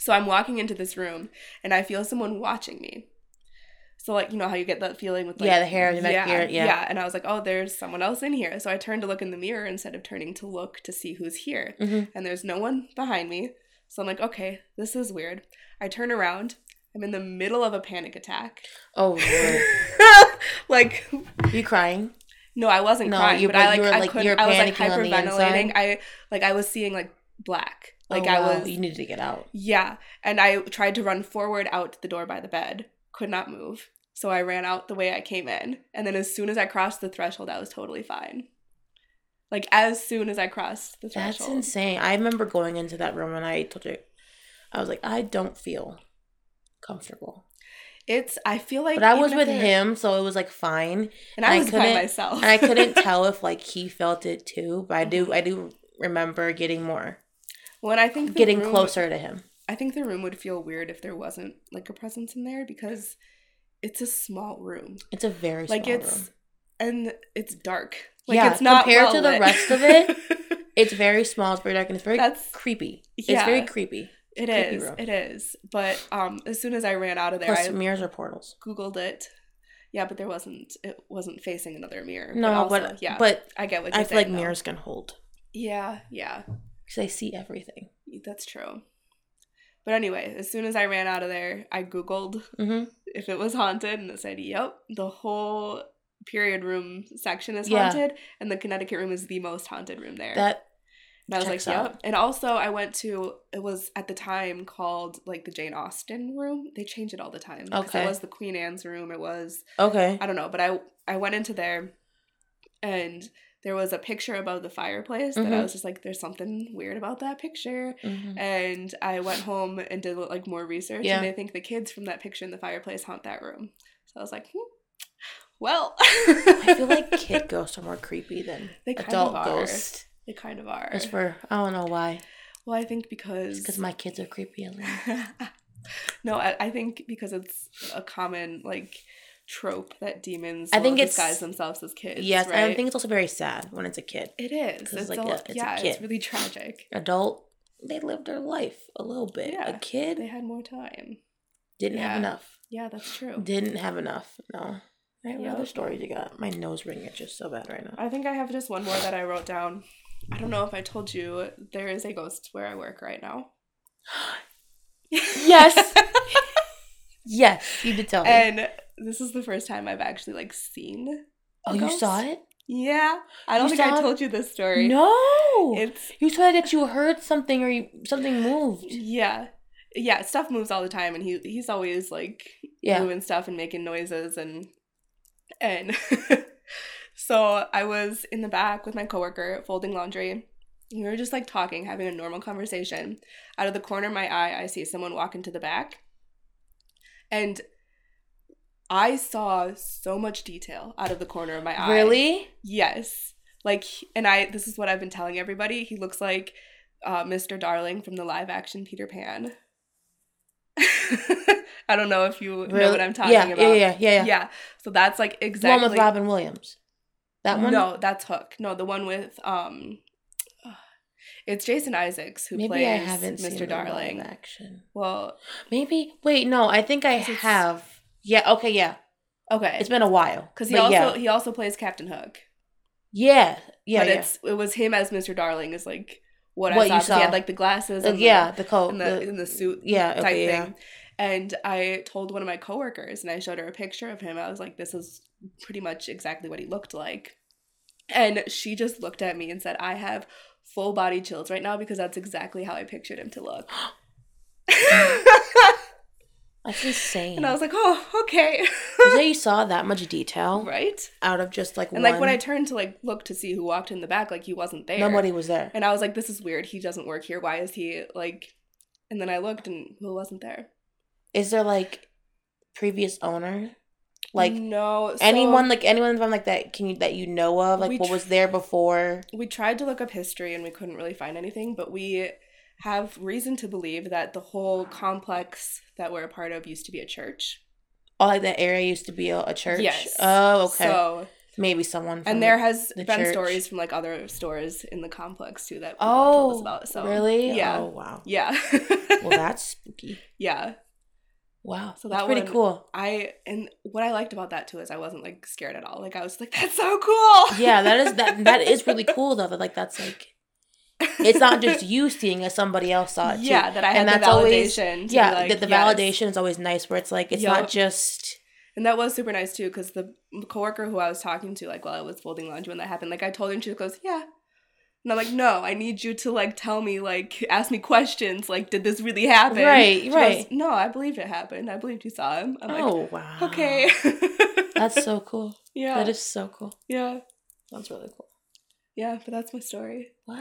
A: So I'm walking into this room and I feel someone watching me. So like you know how you get that feeling with like
B: Yeah, the hair in the back here, yeah.
A: And I was like, oh, there's someone else in here. So I turned to look in the mirror instead of turning to look to see who's here.
B: Mm-hmm.
A: And there's no one behind me. So I'm like, okay, this is weird. I turn around. I'm in the middle of a panic attack.
B: Oh, Lord.
A: like
B: you crying?
A: no, I wasn't
B: No,
A: crying,
B: you-
A: but
B: but
A: I
B: you
A: like
B: were,
A: I
B: like,
A: couldn't.
B: you were
A: I was like
B: panicking on the
A: hyperventilating.
B: inside?
A: I like I was seeing like black. Like
B: Oh,
A: I
B: wow.
A: was
B: You needed to get out.
A: Yeah, and I tried to run forward out the door by the bed, could not move. So I ran out the way I came in, and then as soon as I crossed the threshold, I was totally fine. Like as soon as I crossed the threshold.
B: That's insane. I remember going into that room and I told you, I was like, I don't feel comfortable.
A: It's I feel like
B: But I was
A: even
B: with
A: if you're-
B: him, so it was like fine,
A: and I
B: and I
A: was by
B: couldn't-
A: myself.
B: and I couldn't tell if like he felt it too. But I do, I do remember getting more,
A: when I think the
B: getting
A: room-
B: closer to him.
A: I think the room would feel weird if there wasn't like a presence in there because it's a small room
B: It's a very
A: Like,
B: small
A: it's-
B: room.
A: and it's dark. Like
B: Yeah,
A: it's not
B: compared to
A: well
B: the
A: lit.
B: rest of it, It's very small. It's very dark, and it's very
A: That's-
B: creepy. It's
A: yeah.
B: very creepy.
A: It
B: creepy
A: is.
B: room.
A: It is. But um, as soon as I ran out of there,
B: Plus
A: I
B: mirrors or portals.
A: googled it. Yeah, but there wasn't. It wasn't facing another mirror.
B: No, but,
A: also- yeah,
B: but
A: I get what you're
B: I feel like
A: saying, though.
B: mirrors can hold
A: Yeah, yeah,
B: because I see everything.
A: that's true. But anyway, as soon as I ran out of there, I googled
B: Mm-hmm.
A: if it was haunted, and it said, "Yep, the whole period room section is
B: Yeah.
A: haunted, and the Connecticut room is the most haunted room there."
B: That
A: and I was
B: checks
A: like,
B: out.
A: "Yep." And also, I went to it was at the time called like the Jane Austen room. They change it all the time. 'cause
B: Okay.
A: it was the Queen Anne's room. It was
B: okay.
A: I don't know, but I I went into there and there was a picture above the fireplace that I
B: Mhm.
A: was just like, there's something weird about that picture.
B: Mhm.
A: And I went home and did like more research,
B: Yeah.
A: and I think the kids from that picture in the fireplace haunt that room. So I was like, hmm, well,
B: I feel like kid ghosts are more creepy than
A: They kind
B: adult
A: of are.
B: ghosts.
A: they kind of are.
B: Just for I don't know why.
A: well, I think because
B: Because my kids are creepy. Alina.
A: no, I, I think because it's a common like trope that demons
B: I
A: will
B: think it's-
A: disguise themselves as kids.
B: Yes,
A: right?
B: and I think it's also very sad when it's a kid.
A: It is.
B: 'Cause,
A: It's
B: like,
A: a,
B: a-
A: lot-
B: it's a
A: yeah, it's
B: kid.
A: really tragic.
B: Adult, they lived their life a little bit.
A: Yeah,
B: a kid
A: They had more time.
B: didn't
A: yeah.
B: have enough.
A: Yeah, that's true.
B: Didn't have enough. No. Right, what
A: Yeah.
B: other stories you got? My nose ring is just so bad right now.
A: I think I have just one more that I wrote down. I don't know if I told you there is a ghost where I work right now.
B: Yes. yes, you did tell me.
A: and this is the first time I've actually like seen. a
B: oh, you
A: ghost.
B: saw it?
A: Yeah, I don't
B: You
A: think
B: saw
A: I
B: it?
A: told you this story.
B: No.
A: it's
B: you said that you heard something or you, something moved.
A: yeah, yeah. Stuff moves all the time, and he he's always like
B: Yeah.
A: doing stuff and making noises and and so I was in the back with my coworker folding laundry. We were just like talking, having a normal conversation. Out of the corner of my eye, I see someone walk into the back. And I saw so much detail out of the corner of my eye.
B: Really?
A: Yes. Like and I this is what I've been telling everybody. He looks like uh, Mr. Darling from the live action Peter Pan. I don't know if you know what I'm talking
B: yeah,
A: about.
B: Yeah, yeah, yeah, yeah.
A: Yeah. So that's like
B: The
A: exactly
B: one with Robin Williams. That one?
A: No, that's Hook. No, the one with um it's Jason Isaacs who
B: Maybe
A: plays
B: I haven't seen
A: Mr.
B: the live
A: Darling.
B: action.
A: Well,
B: Maybe wait, no, I think I
A: 'Cause it's-
B: have. Yeah, okay, yeah.
A: okay.
B: It's been a while.
A: Cuz he
B: but
A: also
B: yeah.
A: he also plays Captain Hook.
B: Yeah, yeah,
A: but
B: yeah.
A: it's it was him as Mr. Darling is like what,
B: What
A: I saw.
B: you
A: 'cause He
B: saw.
A: had like the glasses
B: Uh,
A: and the-
B: yeah, the coat.
A: in the, in the suit
B: yeah,
A: type
B: okay, yeah.
A: thing. And I told one of my coworkers and I showed her a picture of him. I was like, this is pretty much exactly what he looked like. And she just looked at me and said, I have full body chills right now because that's exactly how I pictured him to look.
B: That's insane.
A: and I was like, oh, okay.
B: You say you saw that much detail
A: right?
B: out of just like
A: And
B: Oh, one.
A: like when I turned to like look to see who walked in the back, like he wasn't there.
B: nobody was there.
A: And I was like, this is weird. He doesn't work here. Why is he like. And then I looked and who wasn't there?
B: Is there like previous owner, like
A: no. Mm, so-
B: anyone, like anyone from like that can you that you know of, like
A: We
B: what
A: tr-
B: was there before?
A: we tried to look up history and we couldn't really find anything, but we have reason to believe that the whole complex that we're a part of used to be a church.
B: Oh, like that area used to be a, a church.
A: Yes.
B: Oh, okay.
A: So,
B: Maybe someone. From
A: and there
B: the-
A: has
B: the
A: been
B: church.
A: stories from like other stores in the complex too that people have
B: Oh,
A: told us about. So
B: really?
A: yeah,
B: Oh, wow.
A: yeah,
B: Well, that's spooky.
A: yeah.
B: Wow.
A: So
B: So that's
A: that
B: pretty
A: one-
B: cool.
A: I and what I liked about that too is I wasn't like scared at all. Like I was like, that's so cool.
B: Yeah, that is that that is really cool though. That like that's like it's not just you seeing it, somebody else saw it too.
A: yeah that I had
B: And
A: the
B: that's always-
A: validation. to be
B: Yeah,
A: like,
B: that the
A: yes.
B: validation is always nice where it's like it's
A: Yup.
B: not just
A: And that was super nice too, because the coworker who I was talking to, like while I was folding laundry when that happened, like I told her and she goes, Yeah. And I'm like, No, I need you to like tell me, like ask me questions, like did this really happen?
B: Right,
A: She goes,
B: right.
A: no, I believed it happened. I believed you saw him. I'm like,
B: oh wow.
A: Okay.
B: That's so cool.
A: yeah.
B: That is so cool.
A: yeah.
B: That's really cool.
A: Yeah, but that's my story.
B: Wow.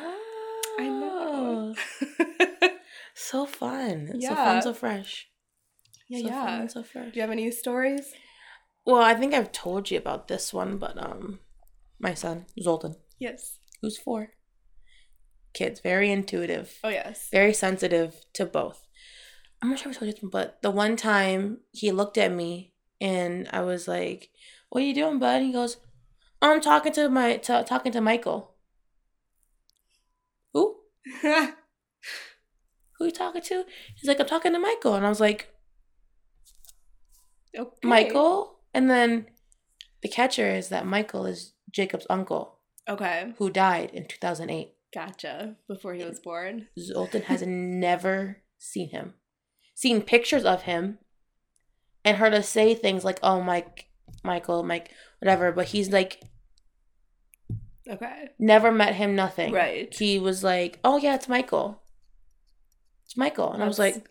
A: I
B: Oh.
A: know.
B: So fun. So
A: Yeah.
B: fun, so fresh.
A: yeah,
B: so
A: yeah.
B: fun and so fresh.
A: Do you have any stories?
B: Well, I think I've told you about this one, but um my son, Zoltan,
A: Yes.
B: who's four. Kids, very intuitive.
A: Oh yes.
B: very sensitive to both. I'm not sure if I told you, this, but the one time he looked at me and I was like, "What are you doing, bud?" And he goes, "Oh, "I'm talking to my to, talking to Michael." Who? Who you talking to? He's like, "I'm talking to Michael," and I was like,
A: Okay.
B: "Michael." And then the catcher is that Michael is Jacob's uncle
A: Okay.
B: who died in 2008.
A: Gotcha. Before he was born.
B: Zoltan has never seen him, seen pictures of him, and heard us say things like, "Oh, Mike, Michael, Mike, whatever." But he's like
A: Okay.
B: never met him, nothing.
A: Right.
B: He was like, "Oh yeah, it's Michael, it's Michael," and I was
A: That's-
B: like,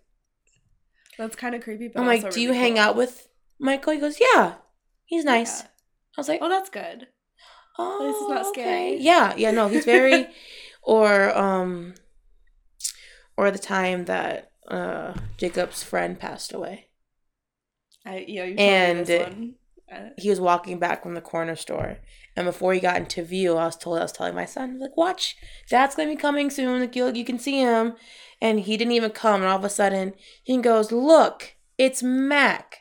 A: That's kind of creepy. But
B: "I'm like,
A: also
B: do you
A: really
B: hang
A: cool.
B: out with Michael?" He goes, "Yeah, he's nice."
A: Yeah.
B: I was like,
A: Oh, that's good.
B: Oh,
A: least it's not scary.
B: Yeah, yeah, no, he's very or um or the time that uh Jacob's friend passed away.
A: I yeah. You told me
B: And-
A: this one. Uh,
B: He was walking back from the corner store and before he got into view, I was told I was telling my son, like, watch, dad's gonna be coming soon, like you you can see him and he didn't even come and all of a sudden he goes, Look, it's Mac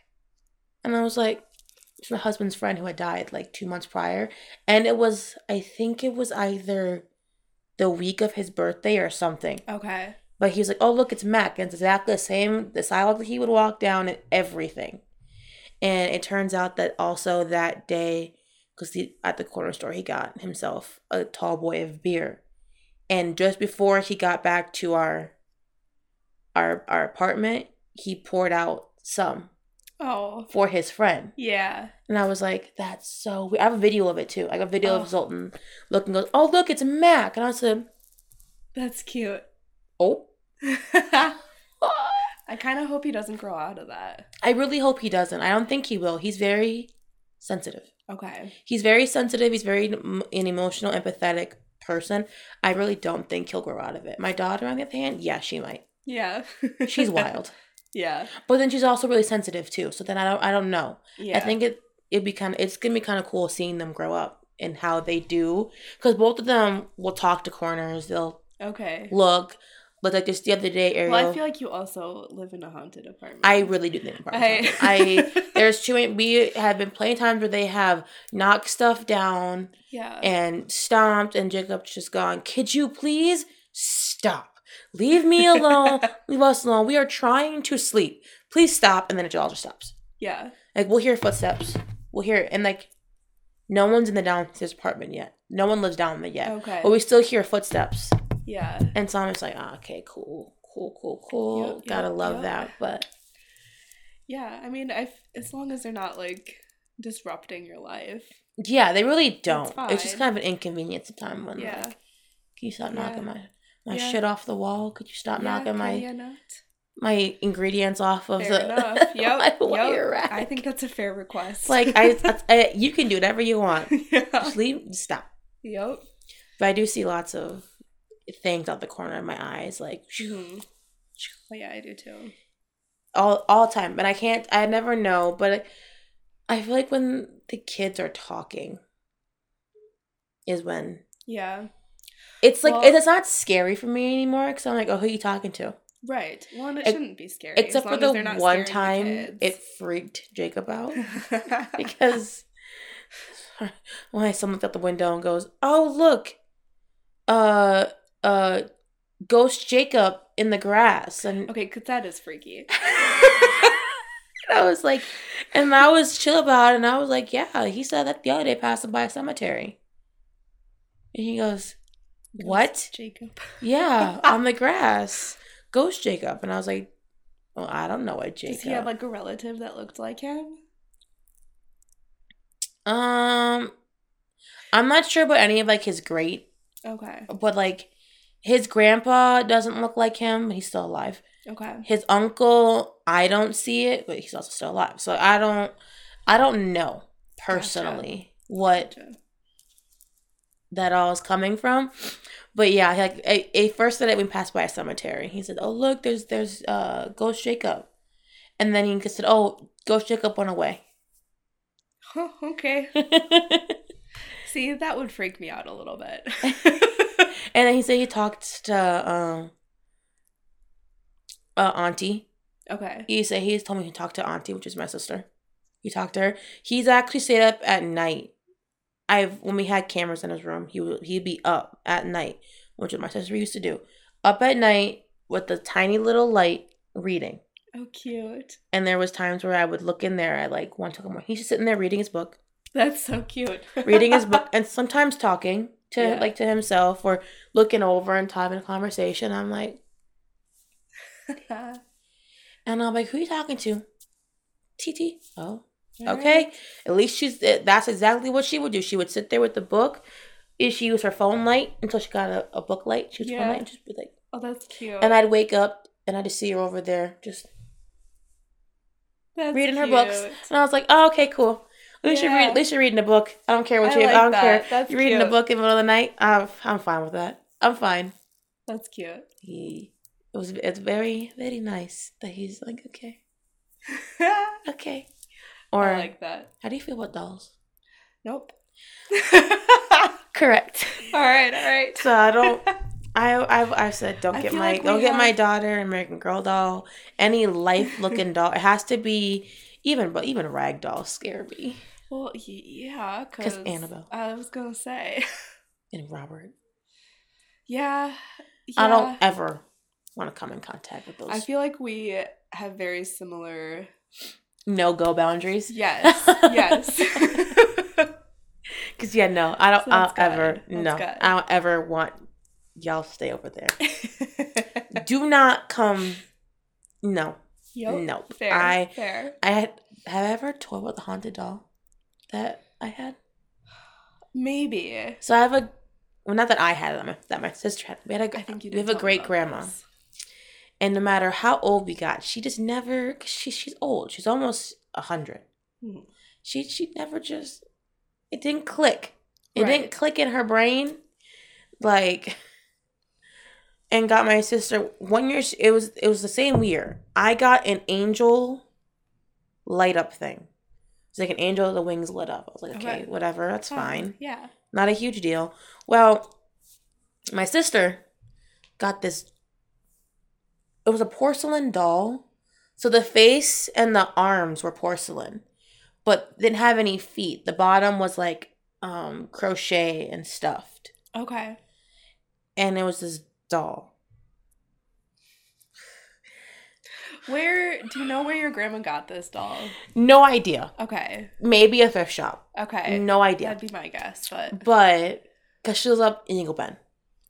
B: and I was like it's my husband's friend who had died like two months prior. And it was I think it was either the week of his birthday or something.
A: Uh, okay.
B: But he was like, "Oh, look, it's Mac." And it's exactly the same, the sidewalk that he would walk down and everything. And it turns out that also that day, because at the corner store, he got himself a tall boy of beer. And just before he got back to our our our apartment, he poured out some
A: Oh.
B: for his friend.
A: Yeah.
B: And I was like, that's so weird. I have a video of it too. I got a video
A: Oh.
B: of Zoltan looking, goes, oh, look, it's Mac. And I said,
A: That's cute.
B: oh.
A: I kind of hope he doesn't grow out of that.
B: I really hope he doesn't. I don't think he will. He's very sensitive.
A: Okay.
B: He's very sensitive. He's very em- an emotional, empathetic person. I really don't think he'll grow out of it. My daughter, on the other hand, yeah, she might.
A: Yeah.
B: She's wild,
A: Yeah.
B: but then she's also really sensitive too. So then I don't, I don't know.
A: Yeah.
B: I think it it'd be kind of it's gonna be kind of cool seeing them grow up and how they do because both of them will talk to corners. They'll
A: Okay.
B: look, but like just the other day, Ariel.
A: Well, I feel like you also live in a haunted apartment.
B: I really do think about I, I there's too many. We have been playing times where they have knocked stuff down
A: yeah.
B: and stomped, and Jacob's just gone. Could you please stop? Leave me alone. Leave us alone. We are trying to sleep. Please stop. And then it all just stops.
A: yeah.
B: Like we'll hear footsteps. We'll hear and like no one's in the downstairs apartment yet. No one lives down there yet.
A: Okay.
B: But we still hear footsteps.
A: yeah.
B: And so I'm just like, ah, okay, cool, cool, cool, cool.
A: Yep,
B: Gotta
A: yep,
B: love
A: yep.
B: that. But
A: Yeah. I mean, I as long as they're not like disrupting your life.
B: yeah, they really don't. It's
A: fine.
B: just kind of an inconvenience sometimes when
A: yeah.
B: like, can you stop knocking my my
A: Yeah.
B: shit off the wall? Could you stop
A: yeah,
B: knocking
A: can
B: my
A: ya not?
B: my ingredients off of
A: Fair
B: the
A: enough.
B: my
A: Yep.
B: wire
A: yep.
B: rack?
A: I think that's a fair request.
B: It's like I, I, I- you can do whatever you want.
A: yeah.
B: Just leave, just stop.
A: Yep.
B: But I do see lots of things out the corner of my eyes, like
A: hmm Oh, yeah, I do too.
B: all all the time. And I can't, I never know. But like, I feel like when the kids are talking, is when
A: Yeah.
B: It's like
A: Well-
B: it's not scary for me anymore because I'm like, oh, who you talking to?
A: Right. Well, and it,
B: Ex-
A: shouldn't be scary. as
B: Except for
A: long
B: the
A: as they're not
B: one
A: scaring the
B: time it
A: kids.
B: freaked Jacob out because why someone looked out the window and goes, oh look, uh, uh, ghost Jacob in the grass, and
A: okay, because that is freaky.
B: And I was like, and I was chill about it, and I was like, yeah, he said that the other day passing by a cemetery, and he goes, what?
A: Jacob.
B: Yeah, on the grass. Ghost Jacob. And I was like, well, I don't know what Jacob.
A: Does he have like a relative that looked like him?
B: um, I'm not sure about any of like his great,
A: Okay.
B: but like his grandpa doesn't look like him, but he's still alive.
A: Okay.
B: His uncle, I don't see it, but he's also still alive. So I don't, I don't know personally what
A: Gotcha.
B: that all is coming from. But yeah, like a, a first that we passed by a cemetery. He said, "Oh look, there's there's uh Ghost Jacob," and then he said, "Oh, Ghost Jacob went away."
A: Oh, okay. See, that would freak me out a little bit.
B: And then he said he talked to um uh auntie.
A: okay.
B: He said he told me he talked to auntie, which is my sister. He talked to her. He's actually stayed up at night. I've when we had cameras in his room, he would he'd be up at night, which is what my sister used to do. Up at night with the tiny little light reading.
A: Oh, cute.
B: And there was times where I would look in there at like one o'clock in the morning. He's just sitting there reading his book,
A: That's so cute.
B: reading his book, and sometimes talking to
A: Yeah.
B: like to himself or looking over and having a conversation. I'm like, And I'm like, who you talking to? TT. Oh, okay. At least she's, eh, that's exactly what she would do. She would sit there with the book. If She used her phone light until she got a, a book light. She was phone
A: Yeah.
B: light and just be like,
A: Oh, that's cute.
B: and I'd wake up and I'd just see her over there just,
A: That's
B: reading her books.
A: cute.
B: and I was like, oh, okay, cool. At least, you're, read,
A: Yeah.
B: at least you're reading a book. I don't care what
A: I
B: you,
A: like
B: I don't
A: that.
B: care.
A: That's
B: you're reading a
A: cute.
B: book in the middle of the night. I'm, I'm fine with that. I'm fine.
A: That's cute.
B: He, it was, it's very, very nice that he's like, okay, okay. Or,
A: I like that.
B: how do you feel about dolls?
A: Nope.
B: Correct.
A: all right, all right.
B: So I don't. I I've, I've said don't
A: I
B: get
A: feel
B: my
A: like we
B: don't get my
A: have-
B: daughter an American Girl doll, any life looking doll. It has to be even but even rag dolls scare me.
A: Well, y- yeah,
B: 'Cause Annabelle.
A: I was gonna say,
B: And Robert,
A: yeah, yeah.
B: I don't ever want to come in contact with
A: I
B: those
A: feel like we have very similar.
B: no go boundaries.
A: Yes, yes.
B: Cause yeah, no, I don't.
A: So
B: I'll
A: that's good.
B: ever
A: That's
B: no.
A: good.
B: I don't ever want y'all to stay over there. Do not come. No,
A: yep.
B: Nope.
A: Fair.
B: I-
A: fair.
B: I had. Have I ever toyed with a haunted doll that I had?
A: Maybe.
B: So I have a, well, not that I had it, that my sister had. We had a,
A: I think you.
B: we
A: did
B: have a
A: tell me
B: great
A: about
B: grandma,
A: this.
B: and no matter how old we got, she just never. 'cause She she's old. She's almost a hundred.
A: Mhm.
B: She she never just. It didn't click. It
A: Right.
B: didn't click in her brain, like. And got my sister one year. It was it was the same year. I got an angel, light up thing. It's like an angel. The wings lit up. I was like, okay,
A: Okay.
B: whatever. That's fine
A: Yeah.
B: not a huge deal. Well, my sister got this. It was a porcelain doll. So the face and the arms were porcelain, but didn't have any feet. The bottom was like um, crochet and stuffed.
A: Okay.
B: And it was this doll.
A: Where do you know where your grandma got this doll?
B: No idea.
A: Okay.
B: Maybe a thrift shop.
A: Okay.
B: No idea.
A: That'd be my guess, but
B: But because she was up in Eagle Bend,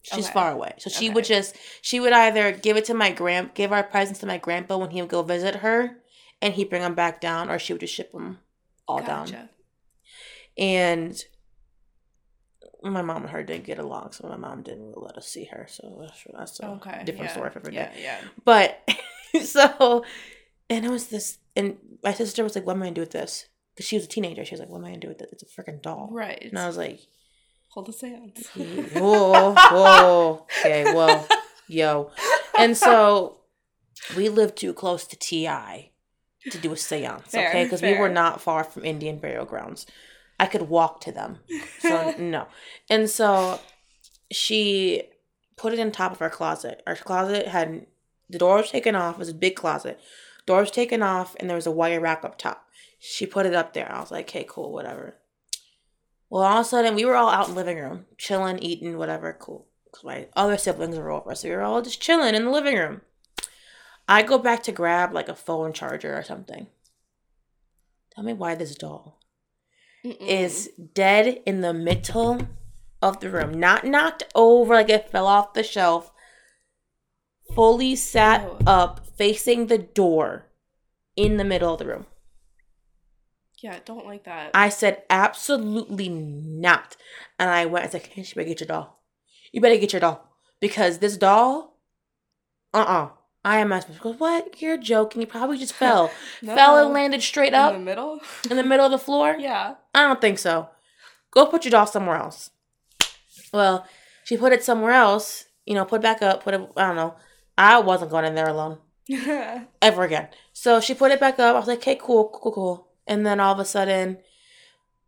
B: she's
A: Okay.
B: far away. So she would
A: Okay.
B: just she would either give it to my grand give our presents to my grandpa when he would go visit her, and he'd bring them back down, or she would just ship them all down.
A: Gotcha.
B: And my mom and her didn't get along, so my mom didn't really let us see her. So that's- that's a
A: Okay.
B: different
A: yeah,
B: story for every day.
A: Yeah. Yeah.
B: But so, and it was this, and my sister was like, "What am I gonna do with this?" Because she was a teenager. She was like, "What am I gonna do with it? It's a freaking doll."
A: Right.
B: And I was like,
A: Hold the sands.
B: whoa, whoa, okay, whoa, yo. And so we lived too close to TI to do a seance,
A: Fair,
B: okay? Because we were
A: fair.
B: not far from Indian burial grounds. I could walk to them. So, no. And so she put it on top of her closet. Our closet had the door was taken off, it was a big closet. Door was taken off, and there was a wire rack up top. She put it up there. I was like, okay, cool, whatever. Well, all of a sudden, we were all out in the living room, chilling, eating, whatever, cool. 'Cause my other siblings were over, so we were all just chilling in the living room. I go back to grab like a phone charger or something. Tell me why this doll
A: Mm-mm.
B: is dead in the middle of the room, not knocked over like it fell off the shelf, fully sat
A: Ew.
B: up, facing the door in the middle of the room.
A: yeah, don't like that.
B: I said, absolutely not. And I went, I said, you better get your doll. You better get your doll. Because this doll, uh uh I am not supposed to go, what? You're joking. You probably just fell.
A: No.
B: Fell and landed straight
A: in the
B: up
A: middle.
B: in the middle of the floor?
A: yeah.
B: I don't think so. Go put your doll somewhere else. Well, she put it somewhere else. You know, put it back up. Put it. I don't know. I wasn't going in there alone ever again. So she put it back up. I was like, okay, cool, cool, cool, cool. And then all of a sudden,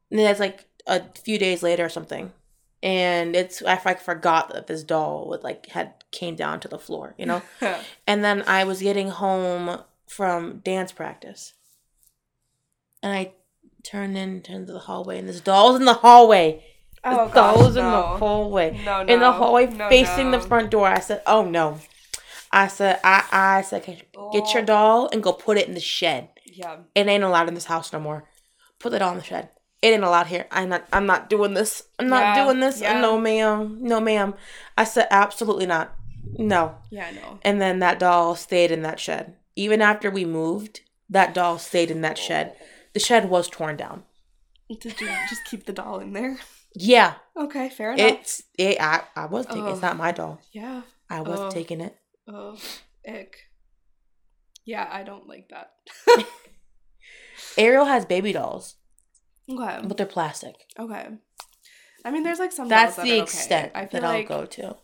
B: and then it's like a few days later or something, and it's I like forgot that this doll would like had came down to the floor, you know.
A: Oh,
B: And then I was getting home from dance practice. And I turned in into the hallway and this doll's in the hallway. This
A: oh,
B: doll's
A: gosh,
B: in the
A: no.
B: hallway.
A: no,
B: in
A: no.
B: the hallway
A: No,
B: facing
A: no.
B: the front door. I said, Oh no. I said I I said "Okay, get your
A: Oh,
B: doll and go put it in the shed.
A: Yeah.
B: It ain't allowed in this house no more. Put the doll in the shed. It ain't allowed here. I'm not I'm not doing this. I'm not
A: Yeah,
B: doing this.
A: yeah.
B: No ma'am. No ma'am. I said absolutely not. No.
A: Yeah, no.
B: And then that doll stayed in that shed. Even after we moved, that doll stayed in that shed. The shed was torn down.
A: Did you just keep the doll in there?
B: Yeah,
A: Okay, fair enough. Oh.
B: it's it. I, I was taking. It's
A: Ugh.
B: not my doll.
A: yeah.
B: I was
A: Ugh.
B: taking it.
A: Oh, ick. Yeah, I don't like that.
B: Ariel has baby dolls,
A: okay.
B: but they're plastic.
A: Okay. I mean, there's like some. dolls
B: That's
A: that
B: the
A: are okay.
B: extent
A: I feel
B: that I'll
A: like
B: go to.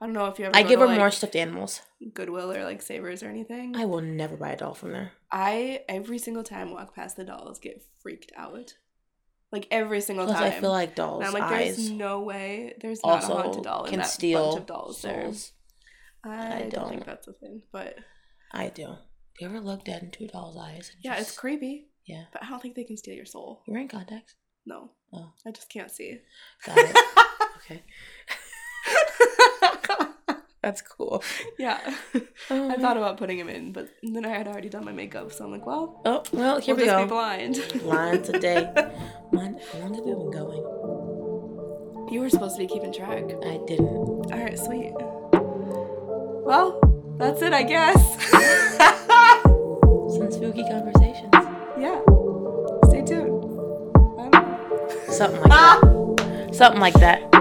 A: I don't know if you ever.
B: I
A: go
B: give
A: to,
B: her more
A: like,
B: stuffed animals.
A: Goodwill or like Savers or anything.
B: I will never buy a doll from there.
A: I every single time walk past the dolls get freaked out. Like every single
B: Plus,
A: time.
B: I feel like dolls'
A: and I'm like, there's
B: eyes
A: no way there's not a
B: also
A: haunted doll in
B: can
A: that
B: steal
A: bunch of dolls there.
B: souls.
A: I,
B: I
A: don't. think
B: don't.
A: that's a thing. But
B: I do. You ever looked dead into a doll's eyes? and
A: yeah, it's
B: just-
A: creepy.
B: Yeah.
A: But I don't think they can steal your soul.
B: You're in contacts.
A: No.
B: Oh.
A: I just can't see.
B: Got it. okay. That's cool.
A: yeah. I
B: Um,
A: thought about putting him in, but then I had already done my makeup, so I'm like, well,
B: Oh well, here
A: we'll
B: we
A: just be
B: go.
A: blind.
B: Line today. Mine, how long have we been going?
A: you were supposed to be keeping track.
B: I didn't.
A: All right, sweet. Well, that's it, I guess.
B: Some spooky conversations.
A: yeah. Stay tuned. Bye.
B: Something like that. Something like that.